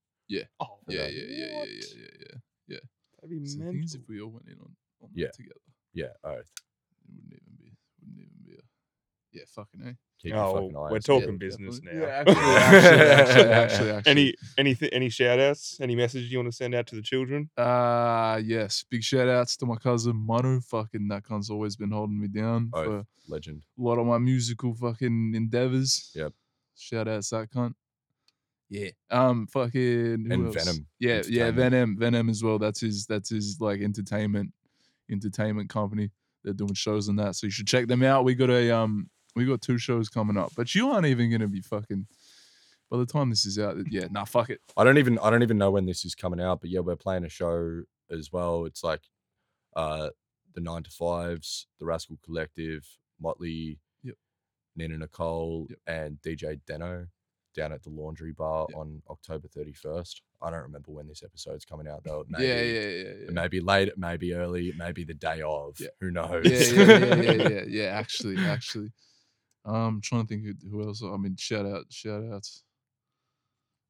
oh,
for
Yeah,
that.
yeah, yeah, yeah,
What?
yeah, yeah, yeah.
That'd be
'Cause The thing is,
mental.
if we all went in on, on that
Yeah.
together,
Yeah, earth.
it wouldn't even be, wouldn't even be a, yeah, fucking eh.
Keep your
Oh,
fucking
well,
eyes.
we're
peeled.
talking business now.
definitely. Yeah, actually, actually, actually, actually.
Any any any shout outs? Any messages you want to send out to the children?
Ah, yes. Big shout outs to my cousin Manu. Fucking that cunt's always been holding me down
Oath.
for a
legend.
lot of my musical fucking endeavors.
Yep.
Shout outs that cunt. Yeah. Um. Fucking. Who
And
else?
Venom
Yeah. Yeah.
Entertainment.
Venom. Venom as well. That's his. That's his like entertainment, entertainment company. They're doing shows and that, so you should check them out. We got a um. We got two shows coming up, but you aren't even gonna be fucking. By the time this is out, yeah. Nah. Fuck it.
I don't even I don't even know when this is coming out, but yeah, we're playing a show as well. It's like uh the nine to fives, the Rascal Collective, Motley,
Yep.
Nina Nicole,
Yep.
and DJ Deno down at the laundry bar
Yep.
on October thirty first. I don't remember when this episode's coming out though. It may
Yeah.
be-
Yeah. Yeah.
It
Yeah.
may be late, it may be early, it may be the day of.
Yeah.
Who knows?
yeah, yeah, yeah, yeah, yeah, yeah. Actually, actually, I'm trying to think who, who else. I mean, shout out, shout outs.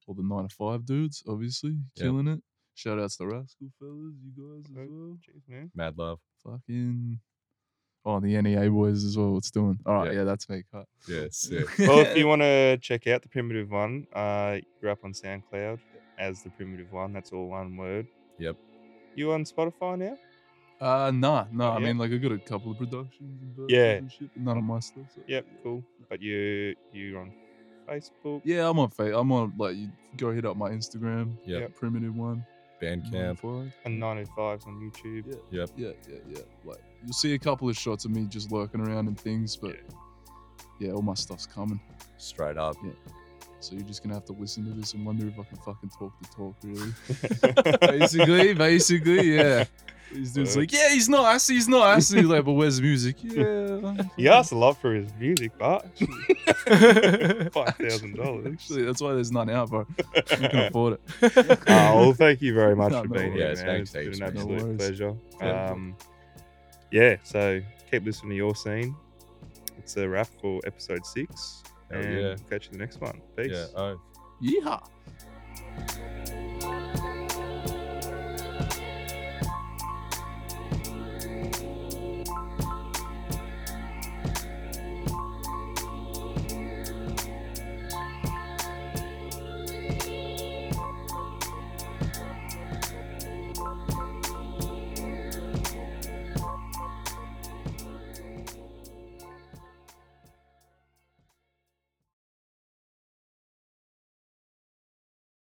All the nine to five dudes, obviously,
Yep.
killing it. Shout outs to Rascal fellas, you guys as well.
Jeez, man.
Mad love.
Fucking. Oh, the NEA boys as well. What's doing? All right,
Yeah.
yeah, that's me. Cut.
Yeah, sick.
Well, if you want to check out the primitive one, uh, you're up on SoundCloud as the primitive one. That's all one word.
Yep.
You on Spotify now?
uh, nah, nah. I
Yeah.
mean, like, I got a couple of productions and verses
Yeah.
and shit, but none of my stuff. So.
Yep, cool. But you you on Facebook?
Yeah, I'm on fa- I'm on like you go hit up my Instagram.
Yep.
Yep.
primitive one.
Bandcamp.
9to5.
And 905s on YouTube.
Yeah.
Yep.
Yeah, yeah, yeah. Like you'll see a couple of shots of me just lurking around and things, but yeah, all my stuff's coming.
Straight up.
Yeah. So you're just gonna have to listen to this and wonder if I can fucking talk the talk, really. basically, basically, yeah. These dudes
Word.
like, yeah, he's nice, he's nice. He's like, but where's the music? Yeah.
He asked a lot for his music, but five thousand
Actually,
dollars.
Actually, that's why there's none out, bro. You can afford it.
Oh, well, thank you very much
No,
for
no
being here,
worries.
man.
Yes, thanks,
it's been an
thanks,
man.
absolute
No
pleasure.
Yeah.
Um, yeah, so keep listening to your scene. It's a wrap for episode six.
Hell
and
yeah.
catch you in the next one. Peace.
yeah. Oh.
Yeehaw.